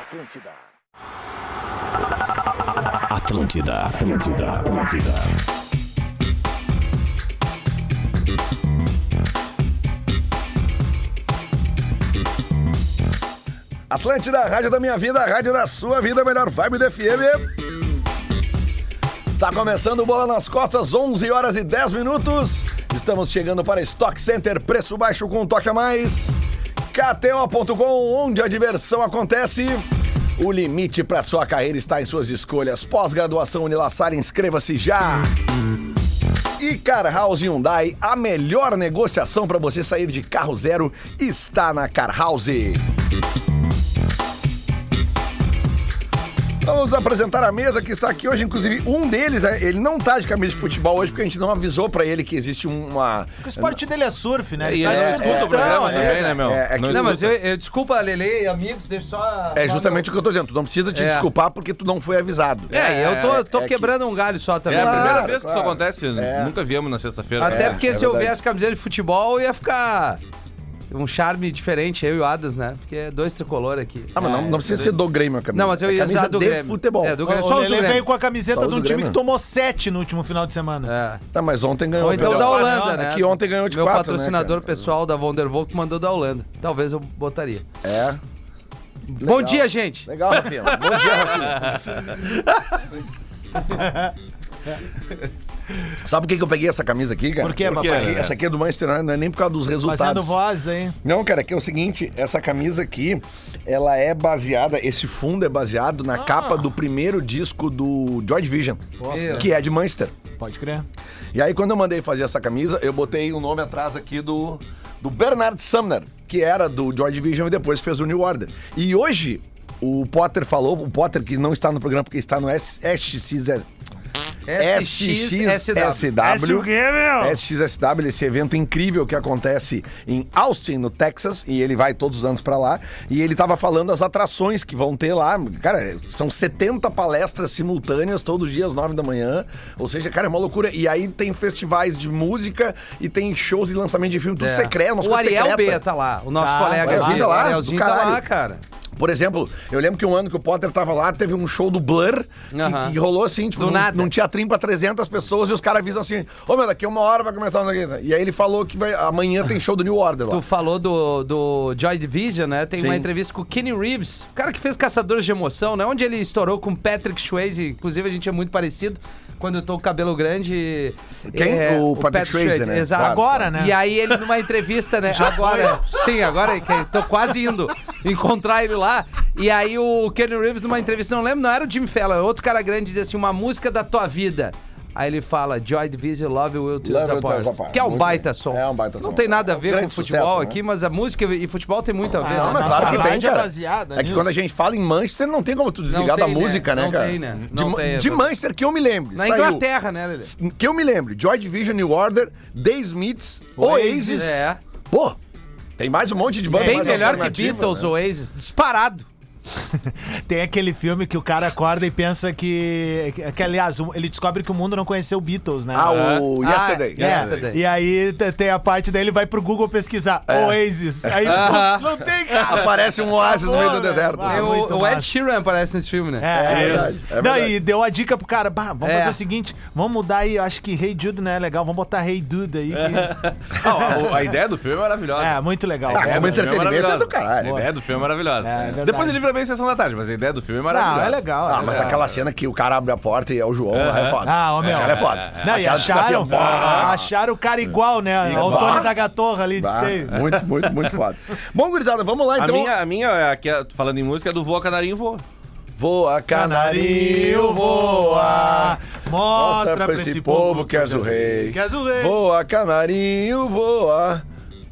Atlântida. Atlântida, Atlântida, Atlântida. Atlântida, a rádio da minha vida, a rádio da sua vida, a melhor vibe do FM. Tá começando o Bola nas Costas, 11 horas e 10 minutos. Estamos chegando para Stock Center, preço baixo com um toque a mais. KTO.com, onde a diversão acontece. O limite para sua carreira está em suas escolhas. Pós-graduação Unilassar, inscreva-se já. E Car House Hyundai, a melhor negociação para você sair de carro zero está na Car House. Vamos apresentar a mesa que está aqui hoje, inclusive um deles, eh, ele não tá de camisa de futebol hoje porque a gente não avisou para ele que existe uma Porque o esporte dele é surf, né? E tá é, de escuta surfista, o programa né? também, né, meu? é, é que- Não Não, mas escuta. eu, eu- desculpa, Lele e amigos, deixa só. É justamente o que eu tô dizendo, tu não precisa te Tá É. desculpar porque tu não foi avisado. É, eu tô, tô é que- quebrando um galho só também. É a Claro, primeira vez que isso claro. acontece. É. Nunca viemos na sexta-feira. Até É. porque é se verdade. houvesse camiseta de futebol, ia ficar um charme diferente, eu e o Adams, né? Porque é dois tricolor aqui. Ah, mas não, não precisa ser do Grêmio a camisa. Não, mas eu É ia camisa usar do de Grêmio. futebol. É, do Grêmio. O, Só o os Lele Grêmio. veio com a Só camiseta os de do um time Grêmio. que tomou sete no último final de semana. É. Tá, mas ontem ganhou. Ou então perdeu. da Ah, Holanda, não, né? é que ontem ganhou de Meu quatro, patrocinador né, cara? pessoal da Vondervolk mandou da Holanda. Talvez eu botaria. É. Bom dia, gente. Legal, Rafinha. Bom dia, Rafinha. Sabe por que, que eu peguei essa camisa aqui, cara? Por quê, Porque papai? aqui- essa aqui é do Manchester United, não é nem por causa dos Fazendo resultados. voz, hein? Não, cara, que é o seguinte, essa camisa aqui, ela é baseada, esse fundo é baseado Ah. na capa do primeiro disco do Joy Division, Meu. que é de Manchester. Pode crer. E aí, quando eu mandei fazer essa camisa, eu botei o nome atrás aqui do, do Bernard Sumner, que era do Joy Division e depois fez o New Order. E hoje, o Potter falou, o Potter que não está no programa porque está no S- SXS. SXSW. SXSW. SXSW, esse evento incrível que acontece em Austin, no Texas, e ele vai todos os anos pra lá. E ele tava falando as atrações que vão ter lá. Cara, são 70 palestras simultâneas, todos os dias, às 9 da manhã. Ou seja, cara, é uma loucura. E aí tem festivais de música e tem shows e lançamento de filme, tudo É. secreto, umas O coisas Ariel secretas. B tá lá, o nosso Tá, colega Arielzinho aqui. tá O lá? Arielzinho Do tá lá, caralho. cara. Por exemplo, eu lembro que um ano que o Potter tava lá, teve um show do Blur, que, Aham. que rolou assim, tipo, Do num, nada. num teatrinho pra 300 pessoas e os caras avisam assim, ô meu, daqui uma hora vai começar o negócio. E aí ele falou que vai, amanhã tem show do New Order lá. Tu falou do, do Joy Division, né? Tem uma Sim. entrevista com o Kenny Reeves, o cara que fez Caçadores de Emoção, né? Onde ele estourou com Patrick Swayze. Inclusive, a gente é muito parecido. Quando eu tô com cabelo grande... é, Quem? O Patrick Swayze, né? Exato. Claro, Agora, né? E aí ele, numa entrevista, né? agora. Sim, agora. que eu Tô quase indo encontrar ele lá. E aí o Kenny Reeves, numa entrevista, não lembro, não era o Jimmy Fallon, era outro cara grande, dizia assim, uma música da tua vida. Aí ele fala, Joy Division, Love Will Tears Love Will Tear Us Apart. Apart. Que é um Muito baita bem. som. É um baita Não som. tem nada a É um ver com grande o futebol sucesso, né? aqui, mas a música e futebol tem muito a ver. Não, né? mas claro que tem, Ah, rádio é cara. baseada É que nisso. quando a gente fala em Manchester, não tem como tu desligar Não da tem, né? música, né, Não cara? tem, né? De, Não Ma- tem, de exato. Manchester, que eu me lembro. Na saiu- Inglaterra, né, Lelê? Que eu me lembro. Joy Division, New Order, The Smiths, Oasis. Oasis, é. Pô, tem mais um monte de banda. Bem mais melhor que alternativa, Beatles, né? Oasis. Disparado. Tem aquele filme que o cara acorda e pensa que, que, que, aliás, um- ele descobre que o mundo não conheceu Beatles, né? Ah, o Ah, Yesterday. é. É, e aí t- tem a parte daí, ele vai pro Google pesquisar Oasis. Aí, Aham. pô, não tem, cara. Ah. Aparece um oásis no meio do né? Porra, deserto. velho. Tem Ah, muito É o, o Ed massa. Sheeran aparece nesse filme, né? É, É é verdade, isso. é Não, verdade. e deu a dica pro cara, bah, vamos É. fazer o seguinte, vamos mudar aí, eu acho que Hey Dude, né, é legal, vamos botar Hey Dude aí. que- Não, a, a ideia do filme é maravilhosa. É, muito legal. Ah, A ideia como do filme entretenimento é do maravilhosa. caralho. A ideia do filme é maravilhosa. É, é verdade. Depois ele vira bem Sessão da Tarde, mas a ideia do filme é maravilhosa. Não, é legal. é Ah, mas legal. aquela cena que o cara abre a porta e é o João, lá é foda. Ah, ô meu. Aquela é foda. Aquela Não, e que fica assim, acharam, ó, pá. acharam o cara igual, né? Igual. O Tony da Gatorra ali de Bah, É. Steve. muito, muito, muito foda. Bom, gurizada, vamos lá A então. minha, a minha é a que é- falando em música, é do Voa Canarinho Voa. Voa, Canarinho voa, mostra pra esse povo que és o rei. Que és o rei. Voa, canarinho, voa.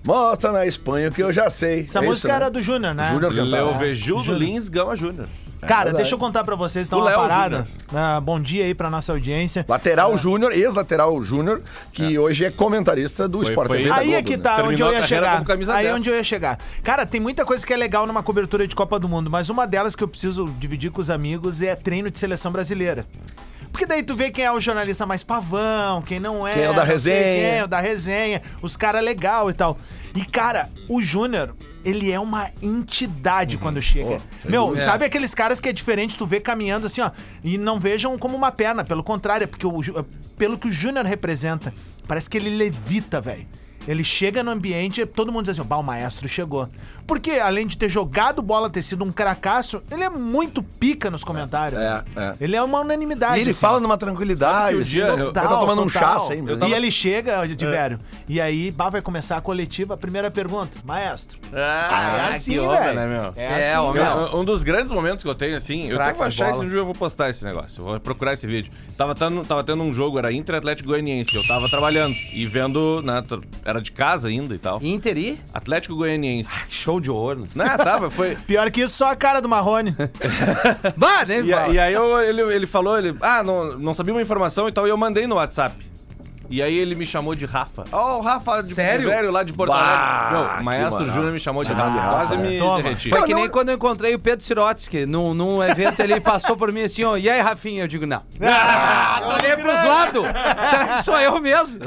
Mostra na Espanha o que eu já sei. Essa É isso, música né? era do Júnior, né? Júnior Leo cantava. É Vejildo Lins Gama Júnior. Cara, verdade. deixa eu contar pra vocês, então, Do uma Léo parada. Ah, bom dia aí pra nossa audiência. Lateral Júnior, ex-lateral Júnior, que hoje é comentarista do Foi- Sport foi- TV. da Aí é Globo, que né? tá Terminou onde eu a ia carreira chegar. como camisa Aí é 10. onde eu ia chegar. Cara, tem muita coisa que é legal numa cobertura de Copa do Mundo, mas uma delas que eu preciso dividir com os amigos é treino de seleção brasileira. Porque daí tu vê quem é o jornalista mais pavão, quem não é. Quem é o da não sei resenha. Quem é o da resenha. Os caras legal e tal. E, cara, o Júnior, ele é uma entidade Uhum. quando chega. Meu, sabe aqueles caras que é diferente, tu vê caminhando assim, ó, e não vejam como uma perna, pelo contrário, é porque o Ju- é pelo que o Júnior representa, parece que ele levita, velho. Ele chega no ambiente, todo mundo diz assim, ó, "Bah, o maestro chegou. Porque além de ter jogado bola, ter sido um cracaço, ele é muito pica nos comentários. É, é. Ele é uma unanimidade. E ele assim, ó. fala numa tranquilidade. Sabe que o dia- assim, eu- ele tá tomando um chá sempre. E ele chega, Diverio, e aí bah, vai começar a coletiva. Primeira pergunta, maestro. Ah, é assim, que obra, velho. né, meu? É, ó, velho. meu. Eu- Um dos grandes momentos que eu tenho, assim, eu Craque tenho que achar bola. esse vídeo, eu vou postar esse negócio. Eu vou procurar esse vídeo. Tava tendo, tava tendo um jogo, era Inter Atlético Goianiense. Eu tava trabalhando e vendo, né? tô- Era de casa ainda e tal. Inter e? Atlético Goianiense. Que Show de ouro. Não, tava, foi. Pior que isso, só a cara do Marrone. Bah, né, E, a- fala. e aí eu- ele, ele falou, ele. Ah, não, não sabia uma informação e tal, e eu mandei no WhatsApp. E aí ele me chamou de Rafa. Ó, o Rafa de Sério? velho lá de Porto Bah, Alegre. Meu, que o maestro moral. Júnior me chamou de Rafa. Quase me toma. derreti. Foi que não- nem quando eu encontrei o Pedro Sirotsky num, num evento, ele passou por mim assim, ó, e aí, Rafinha? Eu digo, não. eu olhei pros lados. Será que sou eu mesmo?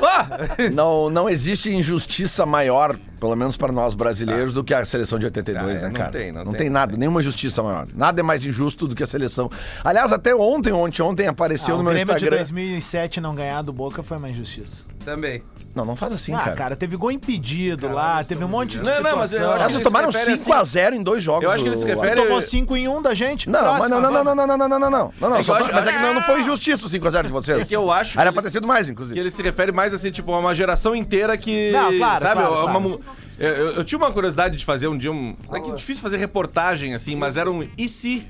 Ó, Não, não existe injustiça maior, pelo menos para nós brasileiros, do que a seleção de 82, Ah, é, né, não cara? tem, não não tem, tem nada, nenhuma justiça maior. Nada é mais injusto do que a seleção. Aliás, até ontem, ontem, ontem apareceu Ah, no o meu Grêmio de Instagram. 2007 não ganhar do Boca foi uma injustiça. também. Não, não faz assim, ah, cara. cara. teve gol impedido lá, teve um monte de Não, situação. não, mas eu acho Elas que ele tomaram se refere 5x0 em dois jogos. assim. Eu acho que ele do- se refere- Tomou 5 em 1 um da gente. Não, mas Próxima, não, não, não, vamos. não, não, não, não, não, não, não, não, não. que só- eu acho- Mas é que não, não foi injustiça o 5x0 de vocês. É que eu acho Era que pra ter eles- sido mais, Que inclusive. ele se refere mais assim, tipo, a uma geração inteira que. Não, claro, Sabe? claro, é uma claro. mu- Eu, eu- eu tinha uma curiosidade de fazer um dia um. É que é difícil fazer reportagem assim, mas era um e se?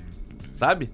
Sabe?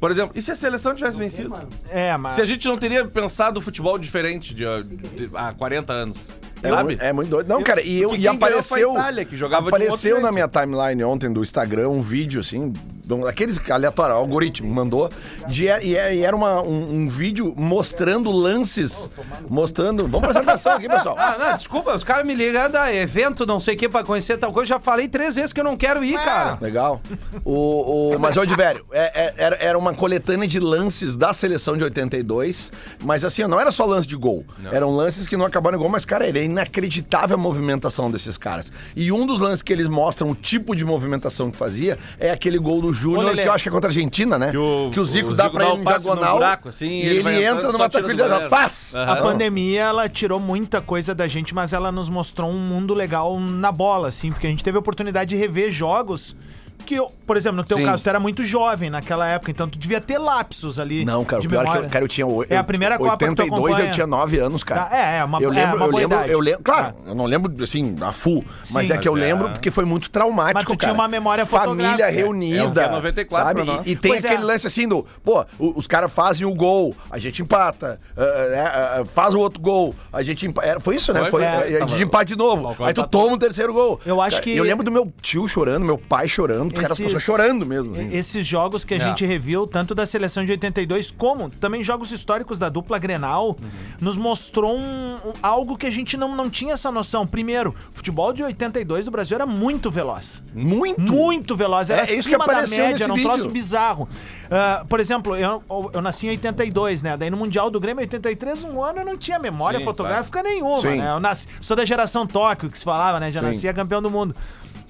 Por exemplo, e se a seleção tivesse vencido? É, mas. Se a gente não teria pensado o futebol diferente de, de- há 40 anos. É, sabe? muito- é muito doido. Não, cara, e, eu, Porque e quem ganhou foi a apareceu. Itália, que jogava de um outro apareceu jeito. na minha timeline ontem do Instagram um vídeo, assim, de um- daqueles aleatório, o algoritmo mandou. de- e, é- e era uma- um, um vídeo mostrando lances. Mostrando. Vamos prestar atenção aqui, pessoal. Ah, não, desculpa, os caras me ligam, da evento, não sei o que, pra conhecer tal coisa. Já falei três vezes que eu não quero ir, cara. Legal. O, o, mas, ô, Diverio, é- é- era, era uma coletânea de lances da seleção de 82, mas assim, não era só lance de gol. Eram lances que não acabaram em gol, mas, cara, era inacreditável a movimentação desses caras. E um dos lances que eles mostram o tipo de movimentação que fazia é aquele gol do Ô, Júnior, Lelê. que eu acho que é contra a Argentina, né? Que o- o Zico o dá Zico pra dá ele o no passe num diagonal buraco, assim, e ele ele, vai entrando, entra só numa tira do tranquilidade. goleiro. Faz! Aham. A Não. pandemia, ela tirou muita coisa da gente, mas ela nos mostrou um mundo legal na bola, assim, porque a gente teve a oportunidade de rever jogos que, eu- por exemplo, no teu caso, tu era muito jovem naquela época, então tu devia ter lapsos ali. Não, cara, de o pior é que memória. eu, cara, eu tinha o- É a primeira Copa que tu 82, eu acompanha. tinha 9 anos, cara. Ah, é, é uma- eu é lembro, uma eu boa lembro, idade. Ah. eu lembro, claro, eu não lembro assim a full, mas Sim. é que eu Mas é. lembro porque foi muito traumático, Mas tu tinha cara. uma memória Família fotográfica. É o que reunida. é 94 sabe? pra nós. E, e tem Pois é. aquele lance assim do, pô, o- os caras fazem o gol, a gente empata, ah, ah, ah, faz o outro gol, a gente empa- era- foi isso, né? Foi, Foi, foi. a gente empata de novo. Falcão Aí tu empatou. toma o terceiro gol. Eu acho Cara, que- eu lembro do meu tio chorando, meu pai chorando, cara, as Esses- pessoas chorando mesmo. assim. Esses jogos que a É. gente reviu, tanto da seleção de 82, como também jogos históricos da dupla Uhum. Grenal, nos mostrou um- um- algo que a gente não, não tinha essa noção. Primeiro, o futebol de 82 do Brasil era muito veloz. Muito. Muito veloz, É, era é isso que acima da apareceu nesse média, era um vídeo. troço bizarro. Ah, por exemplo, eu, eu nasci em 82, né? Daí no Mundial do Grêmio, 83, um ano eu não tinha memória Sim, fotográfica nenhuma, Sim. né? Eu nasci, sou da geração Tóquio, que se falava, né? Já nascia campeão do mundo.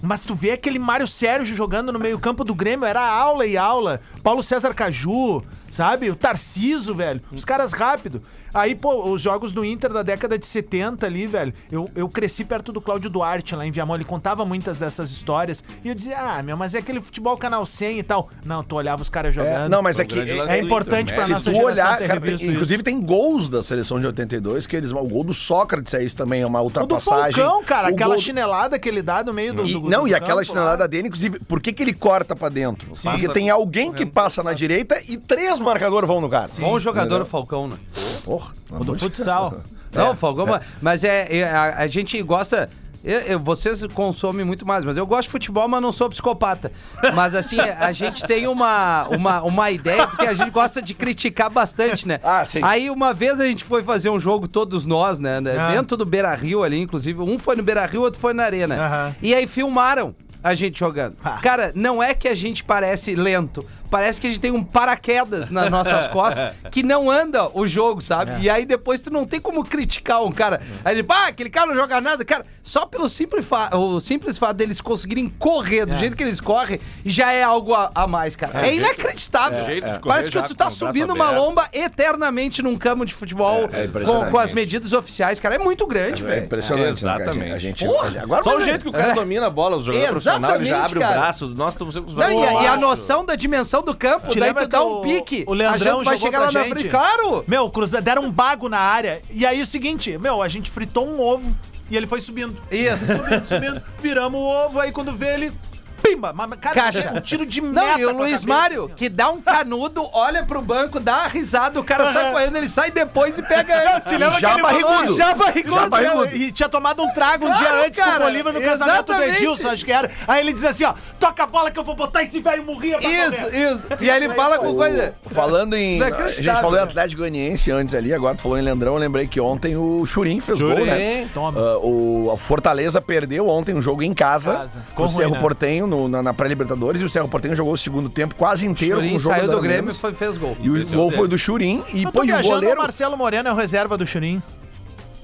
Mas tu vê aquele Mário Sérgio jogando no meio-campo do Grêmio, era aula e aula. Paulo César Caju, sabe? O Tarciso, velho. Os caras rápido. Aí, pô, os jogos do Inter da década de 70 ali, velho. Eu, eu cresci perto do Cláudio Duarte lá em Viamão. Ele contava muitas dessas histórias. E eu dizia, ah, meu, mas é aquele futebol canal 100 e tal. Não, tu olhava os caras jogando. É, não, mas é Foi um que grande é- lance é do importante Inter, pra né? nossa Se tu olhar, ter cara, tem- revisto isso. inclusive tem gols da seleção de 82 que eles. O gol do Sócrates é isso também, é uma O do ultrapassagem. Falcão, cara, O aquela gol- chinelada que ele dá no meio do, E, do não, do e aquela campo lá. chinelada dele, inclusive, por que, que ele corta pra dentro? Porque Passa- tem alguém que passa na direita e três marcadores vão no cara. Bom jogador o Entendeu? Falcão, né? Porra, pelo O do amor de Deus. futsal. Não, Falcão, mas- mas é, é, a, a gente gosta. eu- eu- vocês consomem muito mais, mas eu gosto de futebol, mas não sou psicopata. Mas assim, a gente tem uma, uma, uma ideia, porque a gente gosta de criticar bastante, né? Ah, sim. Aí uma vez a gente foi fazer um jogo, todos nós, né? né, Ah. Dentro do Beira Rio ali, inclusive. Um foi no Beira Rio, outro foi na Arena. Aham. E aí filmaram a gente jogando. Ah. Cara, não é que a gente parece lento. Parece que a gente tem um paraquedas nas nossas costas que não anda o jogo, sabe? É. E aí depois tu não tem como criticar um cara. Aí ele, pá, aquele cara não joga nada. Cara, só pelo simples, fa- o simples fato deles conseguirem correr É. do jeito que eles correm, já é algo a, a mais, cara. É, inacreditável. é. Jeito de correr Parece já que tu tá com o braço subindo uma aberto. lomba eternamente num campo de futebol É, é com, impressionante. com as medidas oficiais, cara. É muito grande, É velho. impressionante, né, cara? Exatamente. A gente, Porra! a gente- agora Só o vai- jeito que o cara domina a bola, o jogador É. Exatamente, profissional, ele já abre cara. o braço. Nós estamos sempre com os Não, e, a, e a braços. noção da dimensão do campo, Te daí lembra tu dá que um o- pique, o Leandrão a gente vai jogou chegar pra lá na gente? frente. Claro! Meu, o Cruzeiro deram um bago na área. E aí o seguinte, meu, a gente fritou um ovo e ele foi subindo. Isso. Subindo, subindo. Viramos o ovo, aí quando vê ele. Pimba! Mas, cara, Caixa. um tiro de meta Não, e o com a Luiz cabeça, Mário, assim, ó. que dá um canudo, olha pro banco, dá uma risada, o cara sai correndo, ele sai depois e pega ele. Te lembra Já que ele falou- barrigudo. Já barrigudo. Já barrigudo. né? E tinha tomado um trago um dia Claro, antes com cara. o Bolívar no casamento do Exatamente. Edilson, acho que era. Aí ele diz assim, ó, toca a bola que eu vou botar esse velho morria pra Isso, comer. isso. E aí ele fala com coisa. Falando em. Não é A gente acreditável, falou em né? Atlético Goianiense antes ali, agora tu falou em Leandrão. Eu lembrei que ontem o Churim fez gol, né? toma. Ah, o a Fortaleza perdeu ontem um jogo em casa. Casa. Ficou o ruim, Cerro né? Portenho no- na, na pré-Libertadores. E o Cerro Portenho jogou o segundo tempo quase inteiro. com Churinho o jogo saiu do andando Grêmio e menos. foi- fez gol. E o gol foi do Churim. E Eu pô, tô e o viajando, o goleiro. Marcelo Moreno é o reserva do Churim.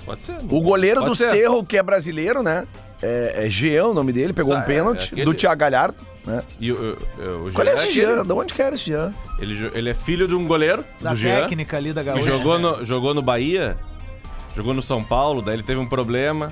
Pode ser. né? O goleiro Pode do ser. Cerro, que é brasileiro, né? É, é Jean o nome dele, pegou Ah, um é, pênalti aquele- do Thiago Galhardo. Né? E o, o, o Qual é Jean esse aquele- Jean? De onde que era esse Jean? Ele, jo- ele é filho de um goleiro, Da do Jean. técnica né? ali da que gaúcha. jogou no, jogou no Bahia, jogou no São Paulo, daí ele teve um problema.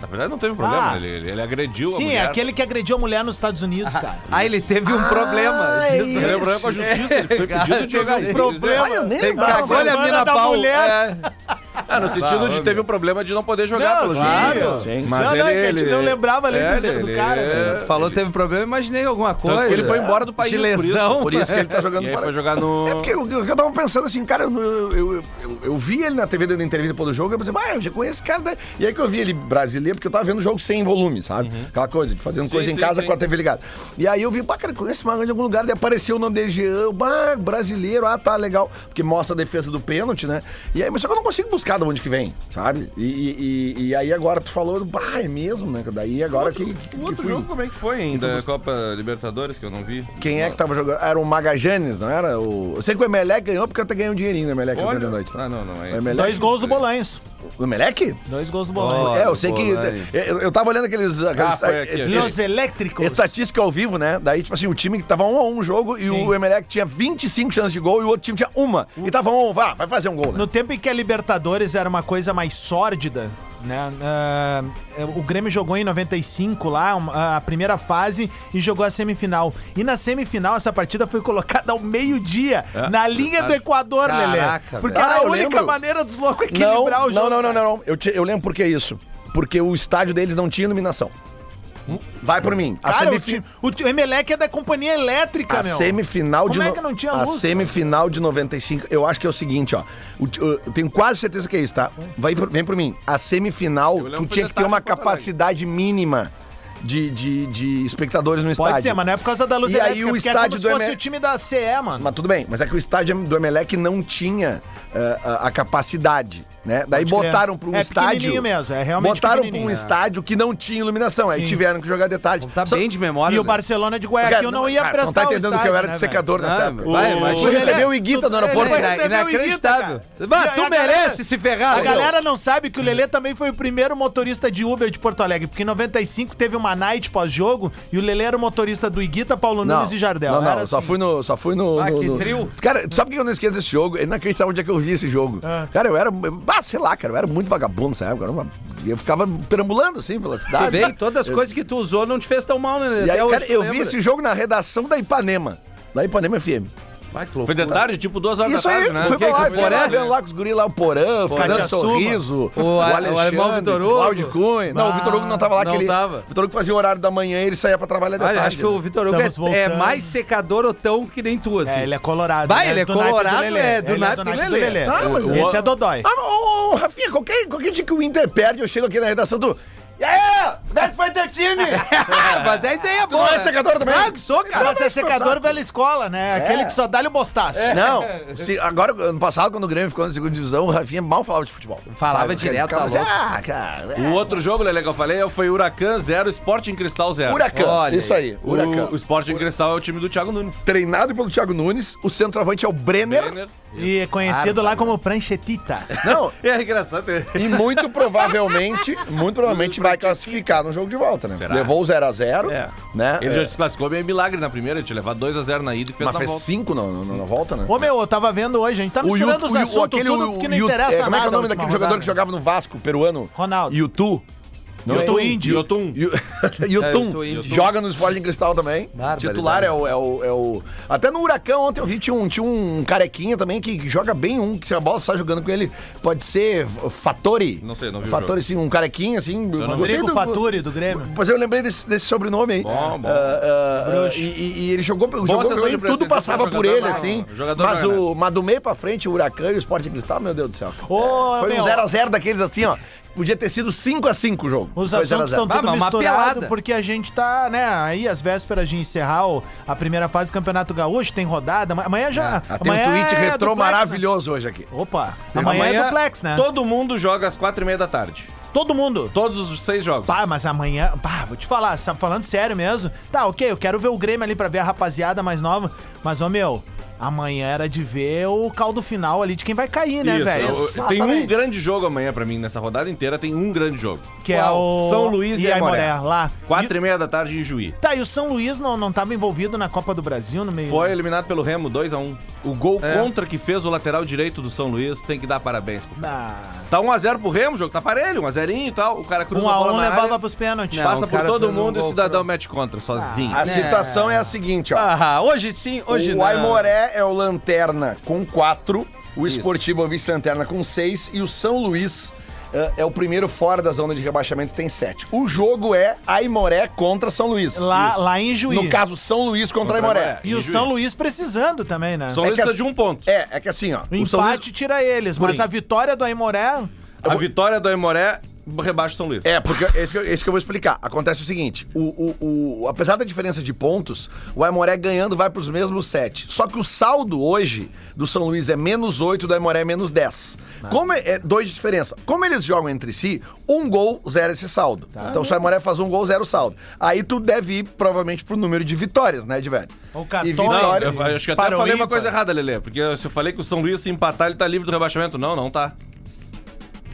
Na verdade, não teve um problema, Ah. ele, ele, ele agrediu a Sim, é mulher. Ah, aquele que agrediu a mulher nos Estados Unidos, cara. Aí ele teve um problema. Ele teve um problema É. com a justiça, ele foi Cara, impedido de teve jogar. um Ele- problema. Ah, eu nem Tem lembrava. cagolha a semana mina da pau. mulher. É. Ah, no sentido de teve o problema de não poder jogar Não, pelo sim, jeito. sim. Sim. Mas Não, ele, não, é que a gente ele- não lembrava ali do é, jeito do cara, né? é- gente. Falou teve problema, imaginei alguma Tanto coisa. que ele foi embora do país De por isso. lesão. Por isso que ele tá E jogando aí para. foi jogar no... É porque eu, eu, eu tava pensando assim, cara, eu, eu, eu, eu- eu vi ele na TV dando entrevista depois do jogo, eu pensei, ah, eu já conheço esse cara. daí." E aí que eu vi ele brasileiro, porque eu tava vendo o jogo sem volume, sabe? Aquela coisa, de fazendo coisa em Uhum. sim, casa sim. com a TV ligada. E aí eu vi, pá, cara, conheço esse mago de algum lugar, daí apareceu o nome dele, Jean, eu, bah, brasileiro, ah, tá, legal. Porque mostra a defesa do pênalti, né? E aí, mas só que eu não consigo buscar de onde que vem, sabe? E, e, e- e aí agora tu falou, bah, é mesmo, né? Daí agora que, que, O que outro fui- jogo como é que foi ainda? Copa Libertadores, que eu não vi. Quem é que tava jogando? Era o Magajanes, não era? O... Eu sei que o Emelec ganhou porque até ganhou um dinheirinho no Emelec ontem Olha... da noite. Ah, não, não. O É Emelec... Dois gols do Bolanhos. tá? O Emelec? Dois gols do Bolanhos. é, eu sei que. Bolanhos. Eu, eu tava olhando aqueles. aqueles- foi é aqui, aqueles- Los Eléctricos. Estatística ao vivo, né? Daí, tipo assim, o time que tava um a um jogo e o Emelec tinha 25 chances de gol e o outro time tinha uma. E tava um, a um, vá, vai fazer um gol, né? No tempo em que a Libertadores era uma coisa mais sórdida, né? ah, o Grêmio jogou em 95 lá, uma- a primeira fase, e jogou a semifinal. E na semifinal, essa partida foi colocada ao meio-dia, É, na linha do verdade. Equador, Caraca, Lelê. velho. Porque era Ah, a eu única lembro. maneira dos Não, loucos equilibrar o não, jogo. não, não, não, cara. não. Eu, te- eu lembro por que isso. Porque o estádio deles não tinha iluminação. Vai por mim. A Hum? Cara, o, semifi- time, o, ti- o Emelec é da companhia elétrica, A meu. semifinal de Como é no- que não tinha A luz? semifinal de 95, eu acho que é o seguinte, ó. O ti- Eu tenho quase certeza que é isso, tá? Vai por- vem por mim. A semifinal, lembro tu foi tinha de que ter uma tarde em Porto capacidade mínima de, de, de espectadores no Pode estádio. ser, mas não é por causa da luz E aí o porque é estádio como se do fosse Eme- o time da CE, mano. Mas tudo bem, mas é que o estádio do Emelec não tinha eh, a, a capacidade, né? Daí Pode crer. botaram para um É estádio. pequenininho mesmo, é realmente botaram para um pequenininho, é. estádio que não tinha iluminação. Aí Sim. tiveram que jogar de tarde. Tá Só- bem de memória. E o né? Barcelona de Guayaquil Cara, não ia cara, prestar Não o tá entendendo que eu estádio, era né, de velho? secador nessa Ah, época. vai, O- imagina. Tu recebeu o Iguita no aeroporto. Ele Ina- recebeu o Ita, inacreditável. cara. Bah, E a- tu a merece galera- se ferrar. A meu. galera não sabe que o Lelê também foi o primeiro motorista de Uber de Porto Alegre, porque em 95 teve uma night pós-jogo e o Lelê era o motorista do Iguita, Paulo Nunes e Jardel. Não, não, Era só assim. fui no. Só fui no, Ah, no- que no- trio. Cara, tu sabe por que eu não esqueço desse jogo? Eu não acreditava onde é que eu vi esse jogo. Ah. Cara, eu era. eu- Ah, sei lá, cara, eu era muito vagabundo nessa época. Eu, era uma- eu ficava perambulando assim pela Tu tá- cidade. vê, todas as coisas que tu usou não te fez tão mal, né? Lelê? E aí, Até hoje cara, tu eu vi lembra. esse jogo na redação da Ipanema. Da Ipanema FM. Vai, que loucura. Foi de tarde, tipo duas horas Isso da tarde, aí, né? foi pra Que lá, que fiquei lá Porã? vendo lá com os guris lá, o Porã, o Fernando Katia Suma, Sorriso, É. o- o alemão Vitor Hugo. Cláudio Cunha. Não, o Vitor Hugo não tava lá, Não que ele, tava. Vitor Hugo fazia o horário da manhã e ele saía pra trabalhar de Olha, tarde, acho que né? o Vitor Hugo é- Estamos é, voltando. mais secador otão que nem tu, assim. É, ele é colorado. Vai, né? ele é Do naipe do colorado, Lelê. é, do Ele naipe do Lelê. Ah, mas o- Esse é Dodói. Ah, ô, ô, Rafinha, qualquer, qualquer dia que o Inter perde, eu chego aqui na redação do. E aí, Como é que foi teu time? Mas é isso aí, é bom. não é né? secador também? Claro que sou, cara. Mas é secador velha escola, É. né? Aquele que só dá-lhe o bostaço. Não, se- agora, ano passado, quando o Grêmio ficou na segunda divisão, o Rafinha mal falava de futebol. Falava Sabe? direto, Ficava tá assim, Ah, cara. é. O outro jogo, Lelê, que eu falei, foi Huracan 0, Sporting Cristal é." 0. Huracan. Olha Isso aí, O, Huracan. o Sporting Cristal é o time do Thiago Nunes. Treinado pelo Thiago Nunes, o centroavante é o Brenner. Brenner. E é conhecido lá como pranchetita. Não, É engraçado. é. E muito provavelmente, muito provavelmente vai classificar no jogo de volta, né? Será? Levou o 0x0, É. né? Ele É. já desclassificou meio milagre na primeira, te levar 2x0 na ida e fez mas na fez volta. cinco na, na- na volta, né? Ô meu, eu tava vendo hoje, a gente tá O Yu- misturando os o Yu- assuntos, aquele tudo o- que o não Yu- interessa é, nada. como é que é o nome na daquele última jogador rodada. que jogava no Vasco, peruano? Ronaldo. Yutu. Não Yotun é? Índio. Yotun. Yu- É, Yotun. Yotun Índio. Joga no Sporting Cristal também. Barbaridade. Titular é o, é, o, é o- Até no Huracão ontem eu vi, tinha um, tinha um carequinha também que joga bem um, que se a bola sai jogando com ele, pode ser Fatori. Não sei, não vi o Fatori, sim, um carequinha, assim. não gostei Rodrigo do- Faturi, do Grêmio. Pois é, eu lembrei desse, desse sobrenome aí. Bom, bom. Ah, ah, e, e- e ele jogou, jogou sessão bem, de presença, tudo passava jogador por ele, bravo, assim. jogador né? Mas bravo. o mas do meio pra frente, o Huracan e o Sporting Cristal, meu Deus do céu. Ô, Foi meu, um 0x0 daqueles assim, ó. Podia ter sido 5x5 o jogo. Os Foi assuntos 0x0. estão Bah, tudo mas uma misturados, pelada. porque a gente tá, né, aí às vésperas de encerrar o- a primeira fase do Campeonato Gaúcho, tem rodada, ama- amanhã já... Ah, tem um amanhã tweet é retrô duplex, né? maravilhoso hoje aqui. Opa, amanhã, é duplex, né? Todo mundo joga às 4h30 da tarde. Todo mundo. Todos os seis jogos. Pá, mas amanhã. Pá, vou te falar, sabe, falando sério mesmo. Tá, ok, eu quero ver o Grêmio ali pra ver a rapaziada mais nova. Mas, ô meu, amanhã era de ver o caldo final ali de quem vai cair, né, Isso, velho? eu- eu- Tem um grande jogo amanhã pra mim, nessa rodada inteira, tem um grande jogo. Que é o. São Luís e Aimoré. lá. Quatro e meia da tarde em Juí. E- Tá, e o São Luís não, não tava envolvido na Copa do Brasil no meio. Foi eliminado pelo Remo, 2x1. O gol contra que fez o lateral direito do São Luís, tem que dar parabéns. pro cara. Ah, Tá 1x0 pro Remo, o jogo tá parelho, 1x0 e tal. O cara cruza um a a bola um na área, levava pros pênaltis. Não. passa o por cara todo fez um mundo e o gol cidadão mete contra, sozinho. A situação é a seguinte, ó. Ah, hoje sim, hoje o não. Aimoré é o Lanterna com 4, o Esportivo é o Vice-Lanterna com 6 e o São Luís eh, é o primeiro fora da zona de rebaixamento, tem 7. O jogo é Aimoré contra São Luís. Lá, Isso. lá em Juiz. No caso, São Luís contra, Contra Aimoré. Aimoré. E o Juiz. São Luís precisando também, né? São É Luís que precisa as- de um ponto. É, é que assim, ó. O o São Luís- empate tira eles, mas Gurinho. a vitória do Aimoré. A vitória do Aimoré rebaixa o São Luís. É, porque é isso, que eu, é isso que eu vou explicar. Acontece o seguinte: o, o- o- apesar da diferença de pontos, o Aimoré ganhando vai para os mesmos sete. Só que o saldo hoje do São Luís é menos 8, do Aimoré é menos 10. Como é, é dois de diferença. Como eles jogam entre si, um gol zera esse saldo. Então se o Aimoré faz um gol, zera o saldo. Aí tu deve ir provavelmente pro número de vitórias, né, de velho? Ou E 14. Não, vitória. eu, fa- acho que até Para o é, falei uma ímpar. coisa errada, Lelê. Porque se eu falei que o São Luís se empatar, ele tá livre do rebaixamento. Não, não tá.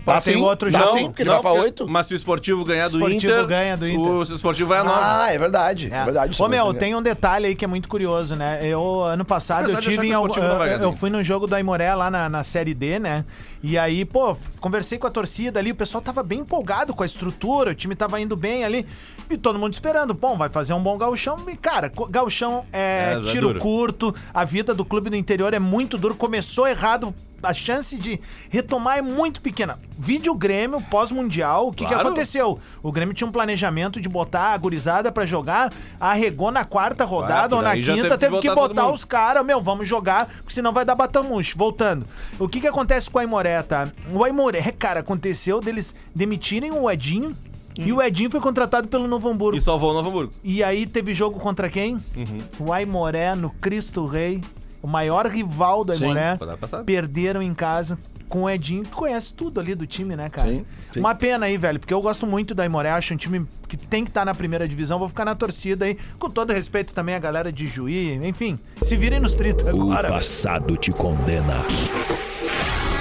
Tá Tem sim, um outro tá jogo. sim, porque ele Não, vai pra porque- 8. Mas se o esportivo ganhar do Esportivo Inter. ganha do Inter. O, se o esportivo vai a 9. Ah, é verdade. É, É. verdade. Ô São Luís meu, ganha. tem um detalhe aí que é muito curioso, né? Eu, ano passado, Apesar eu de achar tive em que o algum- Esportivo não vai eu, ganhar eu do fui num jogo do Aimoré lá na, na Série D, né? E aí, pô, conversei com a torcida ali, o pessoal tava bem empolgado com a estrutura, o time tava indo bem ali. E todo mundo esperando, bom, vai fazer um bom gauchão. E, cara, co- gauchão é, É, é tiro duro. curto, a vida do clube do interior é muito duro, começou errado, a chance de retomar é muito pequena. Vídeo Grêmio, pós-mundial, o que, que Claro. aconteceu? aconteceu? O Grêmio tinha um planejamento de botar a gurizada pra jogar, arregou na quarta rodada Ah, ou na daí já quinta, teve, teve que que botar todo botar mundo. os caras, meu, vamos jogar, porque senão vai dar batamuxo. Voltando, o que que acontece com o Aimoré, tá? O Aimoré, cara, aconteceu deles demitirem o Edinho, e o Edinho foi contratado pelo Novo Hamburgo. E salvou o Novo Hamburgo. E aí teve jogo contra quem? Uhum. O Aimoré no Cristo Rei, o maior rival do Aimoré. rodada passada. Perderam em casa com o Edinho, que conhece tudo ali do time, né, cara? Sim, sim. Uma pena aí, velho, porque eu gosto muito do Aimoré, acho um time que tem que estar na primeira divisão. Vou ficar na torcida aí, com todo respeito também à galera de Juí, enfim. Se virem nos 30 O agora. velho. passado te condena.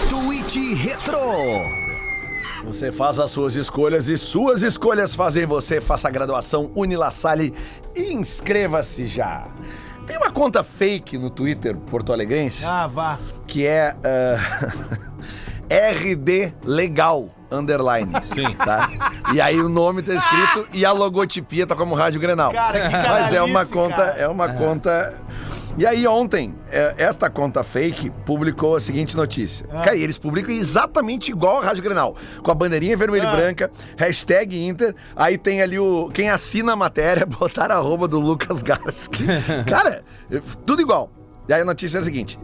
Tweet Retro. Você faz as suas escolhas e suas escolhas fazem você. Faça a graduação Unilassale e inscreva-se já. Tem uma conta fake no Twitter porto alegrense Ah, vá. que é ah, RD Legal Underline. Sim. Tá? E aí o nome tá escrito e a logotipia tá como Rádio Grenal. Cara, que Mas é uma canalice, conta, cara. é uma conta. E aí ontem, é, esta conta fake publicou a seguinte notícia. Cara, e eles publicam exatamente igual a Rádio Grenal, com a bandeirinha vermelha e branca, hashtag Inter, aí tem ali o quem assina a matéria, botaram a arroba do Lucas Garski. Cara, eu- tudo igual. E aí a notícia era a seguinte: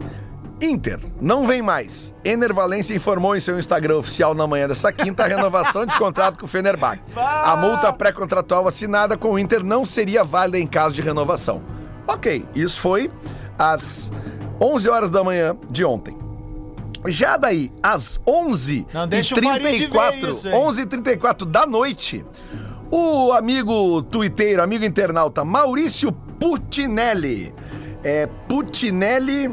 Inter, não vem mais. Ener Valência informou em seu Instagram oficial na manhã dessa quinta a renovação de contrato com o Fenerbahçe. A multa pré-contratual assinada com o Inter não seria válida em caso de renovação. Ok, isso foi às 11 horas da manhã de ontem. Já daí, às 11 Não h deixa o Farid ver 34, isso, hein? 11 34 da noite, o amigo tuiteiro, amigo internauta Maurício Putinelli. É Putinelli.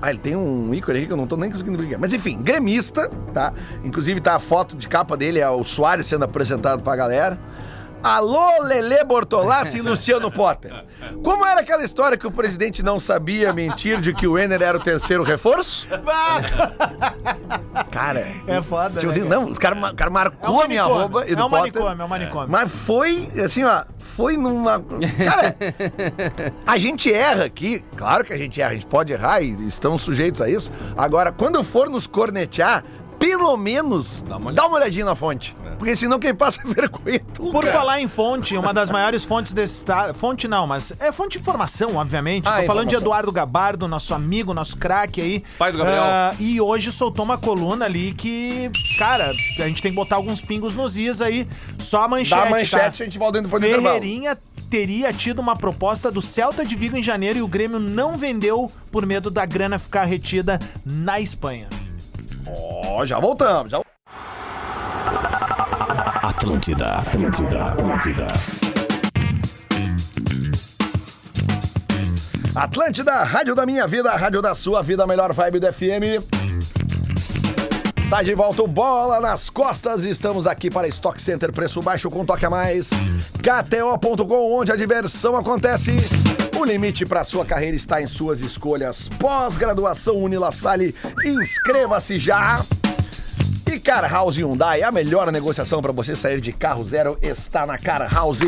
Ah, ele tem um ícone aqui que eu não tô nem conseguindo ver. o que é. Mas enfim, gremista, tá? Inclusive tá a foto de capa dele, é o Soares sendo apresentado pra galera. Alô, Lele Bortolassi e Luciano Potter. Como era aquela história que o presidente não sabia mentir de que o Enner era o terceiro reforço? Cara, É foda, Tipo né, assim, não, os caras mar- o cara É um marcou a minha manicômio, arroba e É do um Potter. manicômio, é um manicômio. Mas foi, assim, ó, foi numa. Cara, a gente erra aqui, claro que a gente erra, a gente pode errar e estamos sujeitos a isso. Agora, quando for nos cornetear, pelo menos dá uma uma, olhada. olhadinha na fonte. Porque senão quem passa vergonha é tu, Por cara. falar em fonte, uma das maiores fontes desse estado. Fonte não, mas é fonte de informação, obviamente. Ah, Tô falando de informação. Eduardo Gabardo, nosso amigo, nosso craque aí. Pai do Gabriel. Ah, e hoje soltou uma coluna ali que, cara, a gente tem que botar alguns pingos nos is aí. Só a manchete. Dá a manchete, tá? a gente volta depois do intervalo. Ferreirinha teria tido uma proposta do Celta de Vigo em janeiro e o Grêmio não vendeu por medo da grana ficar retida na Espanha. Ó, já voltamos, já Atlântida, Atlântida, Atlântida. Atlântida, rádio da minha vida, rádio da sua vida, a melhor vibe do FM. Tá de volta o bola nas costas. Estamos aqui para Stock Center, preço baixo com toque a mais. KTO.com, onde a diversão acontece. O limite para sua carreira está em suas escolhas. Pós-graduação Unila Salle, inscreva-se já. E Car House Hyundai, a melhor negociação para você sair de carro zero está na Car House.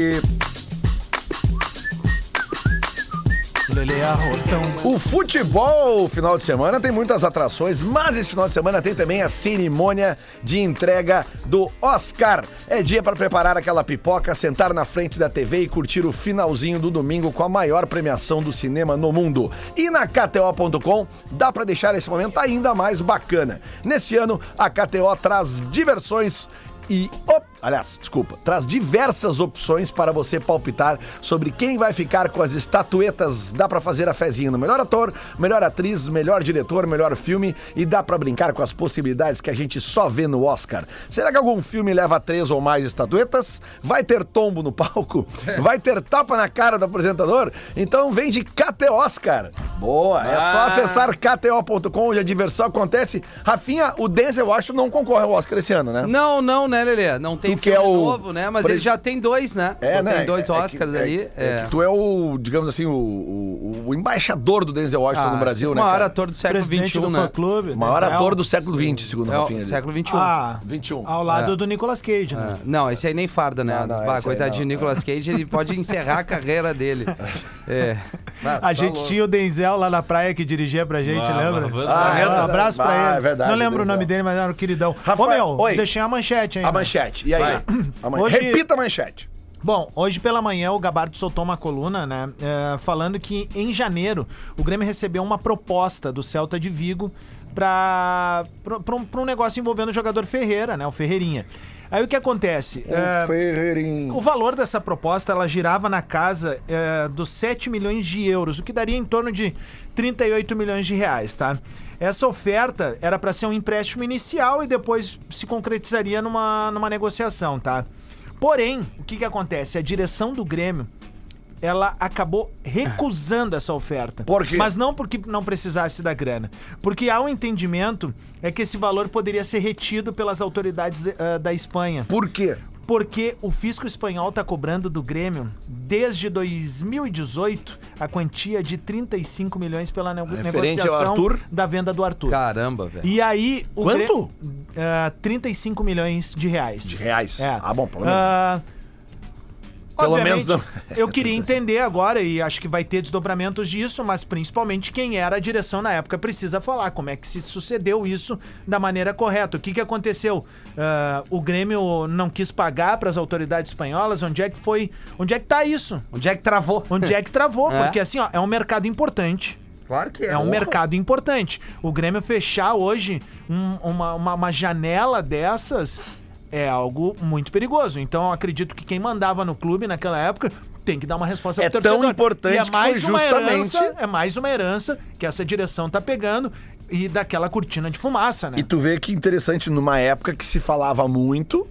Lele Arrotão. O futebol, final de semana, tem muitas atrações, mas esse final de semana tem também a cerimônia de entrega do Oscar. É dia para preparar aquela pipoca, sentar na frente da TV e curtir o finalzinho do domingo com a maior premiação do cinema no mundo. E na KTO.com dá para deixar esse momento ainda mais bacana. Nesse ano, a KTO traz diversões e, op- aliás, desculpa, traz diversas opções para você palpitar sobre quem vai ficar com as estatuetas. Dá pra fazer a fezinha no melhor ator, melhor atriz, melhor diretor, melhor filme e dá pra brincar com as possibilidades que a gente só vê no Oscar. Será que algum filme leva três ou mais estatuetas? Vai ter tombo no palco? Vai ter tapa na cara do apresentador? Então vem de KT Oscar. Boa, é só Ah. acessar kto.com onde a diversão acontece. Rafinha, o Denzel Washington não concorre ao Oscar esse ano, né? Não, não, né, Lelê? Não tem Tu que é o- novo, né? Mas Por ele ex- já tem dois, né? É, Já né? Tem dois É- é Oscars que- é- ali. É, que tu é o, digamos assim, o, o- o embaixador do Denzel Washington Ah. no Brasil, né? O Ah, maior cara? ator do século Presidente XXI, do né? fã-clube. Maior né? ator do século XX, segundo É o o Rafinha. século XXI. Ah, 21. Ao lado do Nicolas Cage, né? Ah, Não, esse aí nem farda, né? Não, não, Bah, esse aí coitadinho não. Nicolas Cage, ele pode encerrar a carreira dele. É. Ah, A tá gente louco. tinha o Denzel lá na praia que dirigia pra gente, Ah, lembra? maravilhoso. Ah, é um abraço pra verdade. ele. Ah, é verdade, Não lembro o Denzel. nome dele, mas era um queridão. Rafael, Ô, meu, oi. deixei a manchete ainda. A manchete. E aí? Vai. A man- Hoje- Repita a manchete. Bom, hoje pela manhã o Gabardo soltou uma coluna, né? eh, falando que em janeiro o Grêmio recebeu uma proposta do Celta de Vigo pra, pra, pra um, pra um negócio envolvendo o jogador Ferreira, né? O Ferreirinha. Aí o que acontece? Eh, Ferreirinho. O valor dessa proposta ela girava na casa eh, dos 7 milhões de euros, o que daria em torno de 38 milhões de reais, tá? Essa oferta era para ser um empréstimo inicial e depois se concretizaria numa, numa negociação, tá? Porém, o que, que acontece? A direção do Grêmio ela acabou recusando essa oferta. Por quê? Mas não porque não precisasse da grana. Porque há um entendimento é que esse valor poderia ser retido pelas autoridades eh, da Espanha Por quê? porque o fisco espanhol está cobrando do Grêmio, desde 2018, a quantia de 35 milhões pela ne- Referente ao negociação Arthur? da venda do Arthur. Caramba, velho. E aí, o Quanto? Grêmio- Ah, 35 milhões de reais. De reais? É. Ah, bom, pelo menos. Ah, Pelo obviamente, menos eu queria entender agora, e acho que vai ter desdobramentos disso, mas principalmente quem era a direção na época precisa falar como é que se sucedeu isso da maneira correta. O que, que aconteceu? Ah, o Grêmio não quis pagar para as autoridades espanholas? Onde é que foi? Onde é que tá isso? Onde é que travou? Onde é que travou? É. Porque assim, ó, é um mercado importante. Claro que é. É um Porra. mercado importante. O Grêmio fechar hoje um- uma, uma, uma janela dessas é algo muito perigoso. Então eu acredito que quem mandava no clube naquela época tem que dar uma resposta É pro tão torcedor. importante e é que mais foi uma justamente- herança, é mais uma herança que essa direção tá pegando e daquela cortina de fumaça, né? E tu vê que interessante, numa época que se falava muito